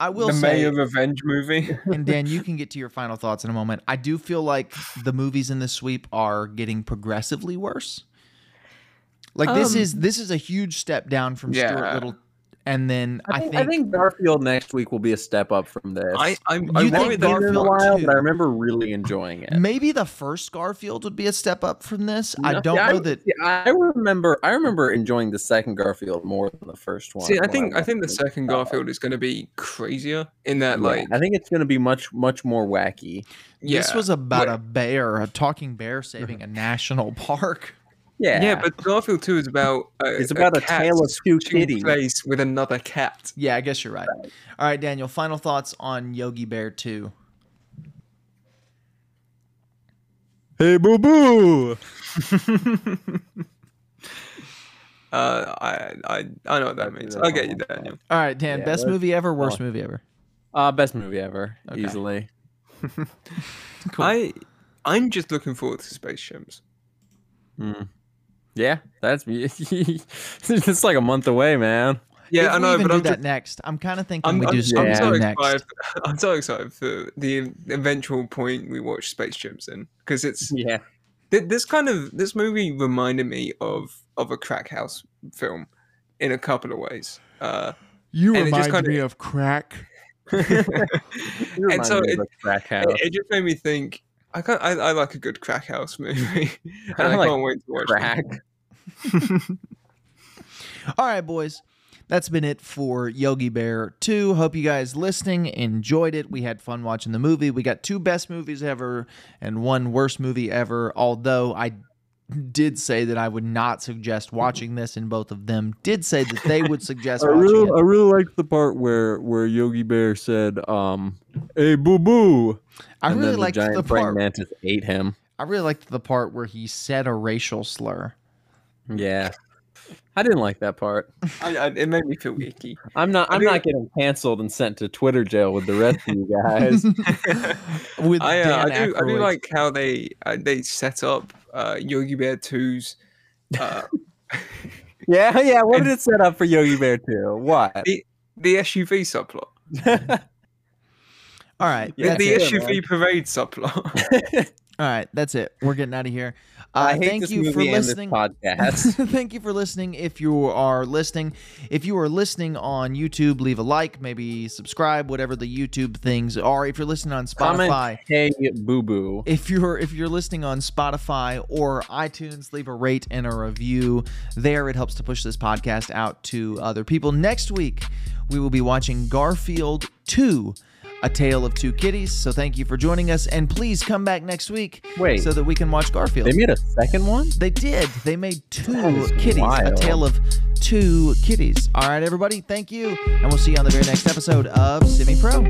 A: I will
B: the
A: say,
B: May of Revenge movie.
A: and Dan, you can get to your final thoughts in a moment. I do feel like the movies in this sweep are getting progressively worse. Like this
B: Um,
A: is this is a huge step down from
B: Yeah.
A: Stuart Little and then
C: I think, I think Garfield next week will be a step up from this.
B: I, I'm,
A: You
B: I
A: think
B: worry
C: haven't seen it in a
A: Garfield
B: that
C: while,
A: too.
C: but I remember really enjoying it.
A: Maybe the first Garfield would be a step up from this. I
C: No,
A: don't
C: yeah,
A: know that.
C: Yeah, I remember. I remember enjoying the second Garfield more than the first one.
B: See, I
C: when
B: think I
C: watched
B: think the
C: it.
B: second Garfield is going to be crazier in
C: Yeah,
B: that, like,
C: I think it's going to be much, much more wacky.
B: yeah,
A: This was about
B: Like-
A: a bear, a talking bear saving a national park.
C: Yeah,
B: yeah. but Garfield Two is about a,
C: it's about a,
B: cat
C: tale of two
B: switching
C: kitties.
B: place with another cat.
A: Yeah, I guess you're right. All right, Daniel, final thoughts on Yogi Bear 2.
C: Hey, boo boo.
B: Uh, I I I know what that means. I'll get you, Daniel.
A: All right, Dan,
C: Yeah,
A: best
C: that-
A: movie ever, worst movie ever.
C: Uh, best movie ever,
A: Okay.
C: easily.
A: Cool.
B: I I'm just looking forward to Space Shims.
C: Mm. Yeah, that's it's like a month away, man.
A: If
B: Yeah, I
A: we
B: know,
A: even
B: but
A: do
B: I'm
A: that
B: just,
A: next. I'm kind of thinking
B: I'm,
A: we
B: I'm,
A: do
B: I'm
A: Scooby
C: yeah.
B: so
A: Doo
B: excited.
A: next.
B: I'm so excited for the eventual point we watch Space Shims in because it's
A: Mm.
C: Yeah,
B: Th- this kind of this movie reminded me of of a crack house film in a couple of ways uh
A: You
B: And it just remind kinda- me
A: of crack.
B: and so it,
C: crack house.
B: it, it just made me think i can't i, I like a good crack house movie and
C: I
B: i,
C: like
B: can't wait to watch it.
C: crack.
A: All right, boys. That's been it for Yogi Bear 2. Hope you guys listening enjoyed it. We had fun watching the movie. We got two best movies ever and one worst movie ever. Although I did say that I would not suggest watching this, and both of them did say that they would suggest
C: I
A: watching
C: really,
A: it.
C: I really liked the part where where Yogi Bear said, um, "Hey, boo boo."
A: I
C: and
A: really
C: then
A: liked
C: the giant
A: the
C: praying
A: part.
C: mantis ate him.
A: I really liked the part where he said a racial slur. Mm.
C: Yeah, I didn't like that part.
B: I, I, it made me feel icky
C: I'm not.
B: I
C: I'm
B: mean-
C: not getting canceled and sent to Twitter jail with the rest of you guys.
A: With
B: i uh,
A: Dan
B: i do i do
A: Aykroyd's-
B: like how they uh, they set up uh yogi bear 2's uh
C: yeah, yeah. What
B: And-
C: did it set up for Yogi Bear too?
A: Uh,
C: What?
B: the suv subplot
A: All right,
B: The-
A: that's
B: the
A: it.
B: suv parade subplot
A: All right, that's it. We're getting out of here. Uh,
C: I hate
A: thank
C: this
A: you for
C: movie and this
A: listening.
C: podcast.
A: Thank you for listening. If you are listening, if you are listening on YouTube, leave a like, maybe subscribe, whatever the YouTube things are. If you're listening on Spotify,
C: Comment, hey, boo boo.
A: if you're if you're listening on Spotify or iTunes, leave a rate and a review there. It helps to push this podcast out to other people. Next week, we will be watching Garfield 2, A Tale of Two Kitties. So thank you for joining us and please come back next week
C: Wait.
A: so that we can watch Garfield.
C: They made a second one.
A: They did. They made
C: That
A: two
C: is
A: kitties. A
C: wild.
A: tale of two kitties. All right, everybody. Thank you. And we'll see you on the very next episode of Semi Pro.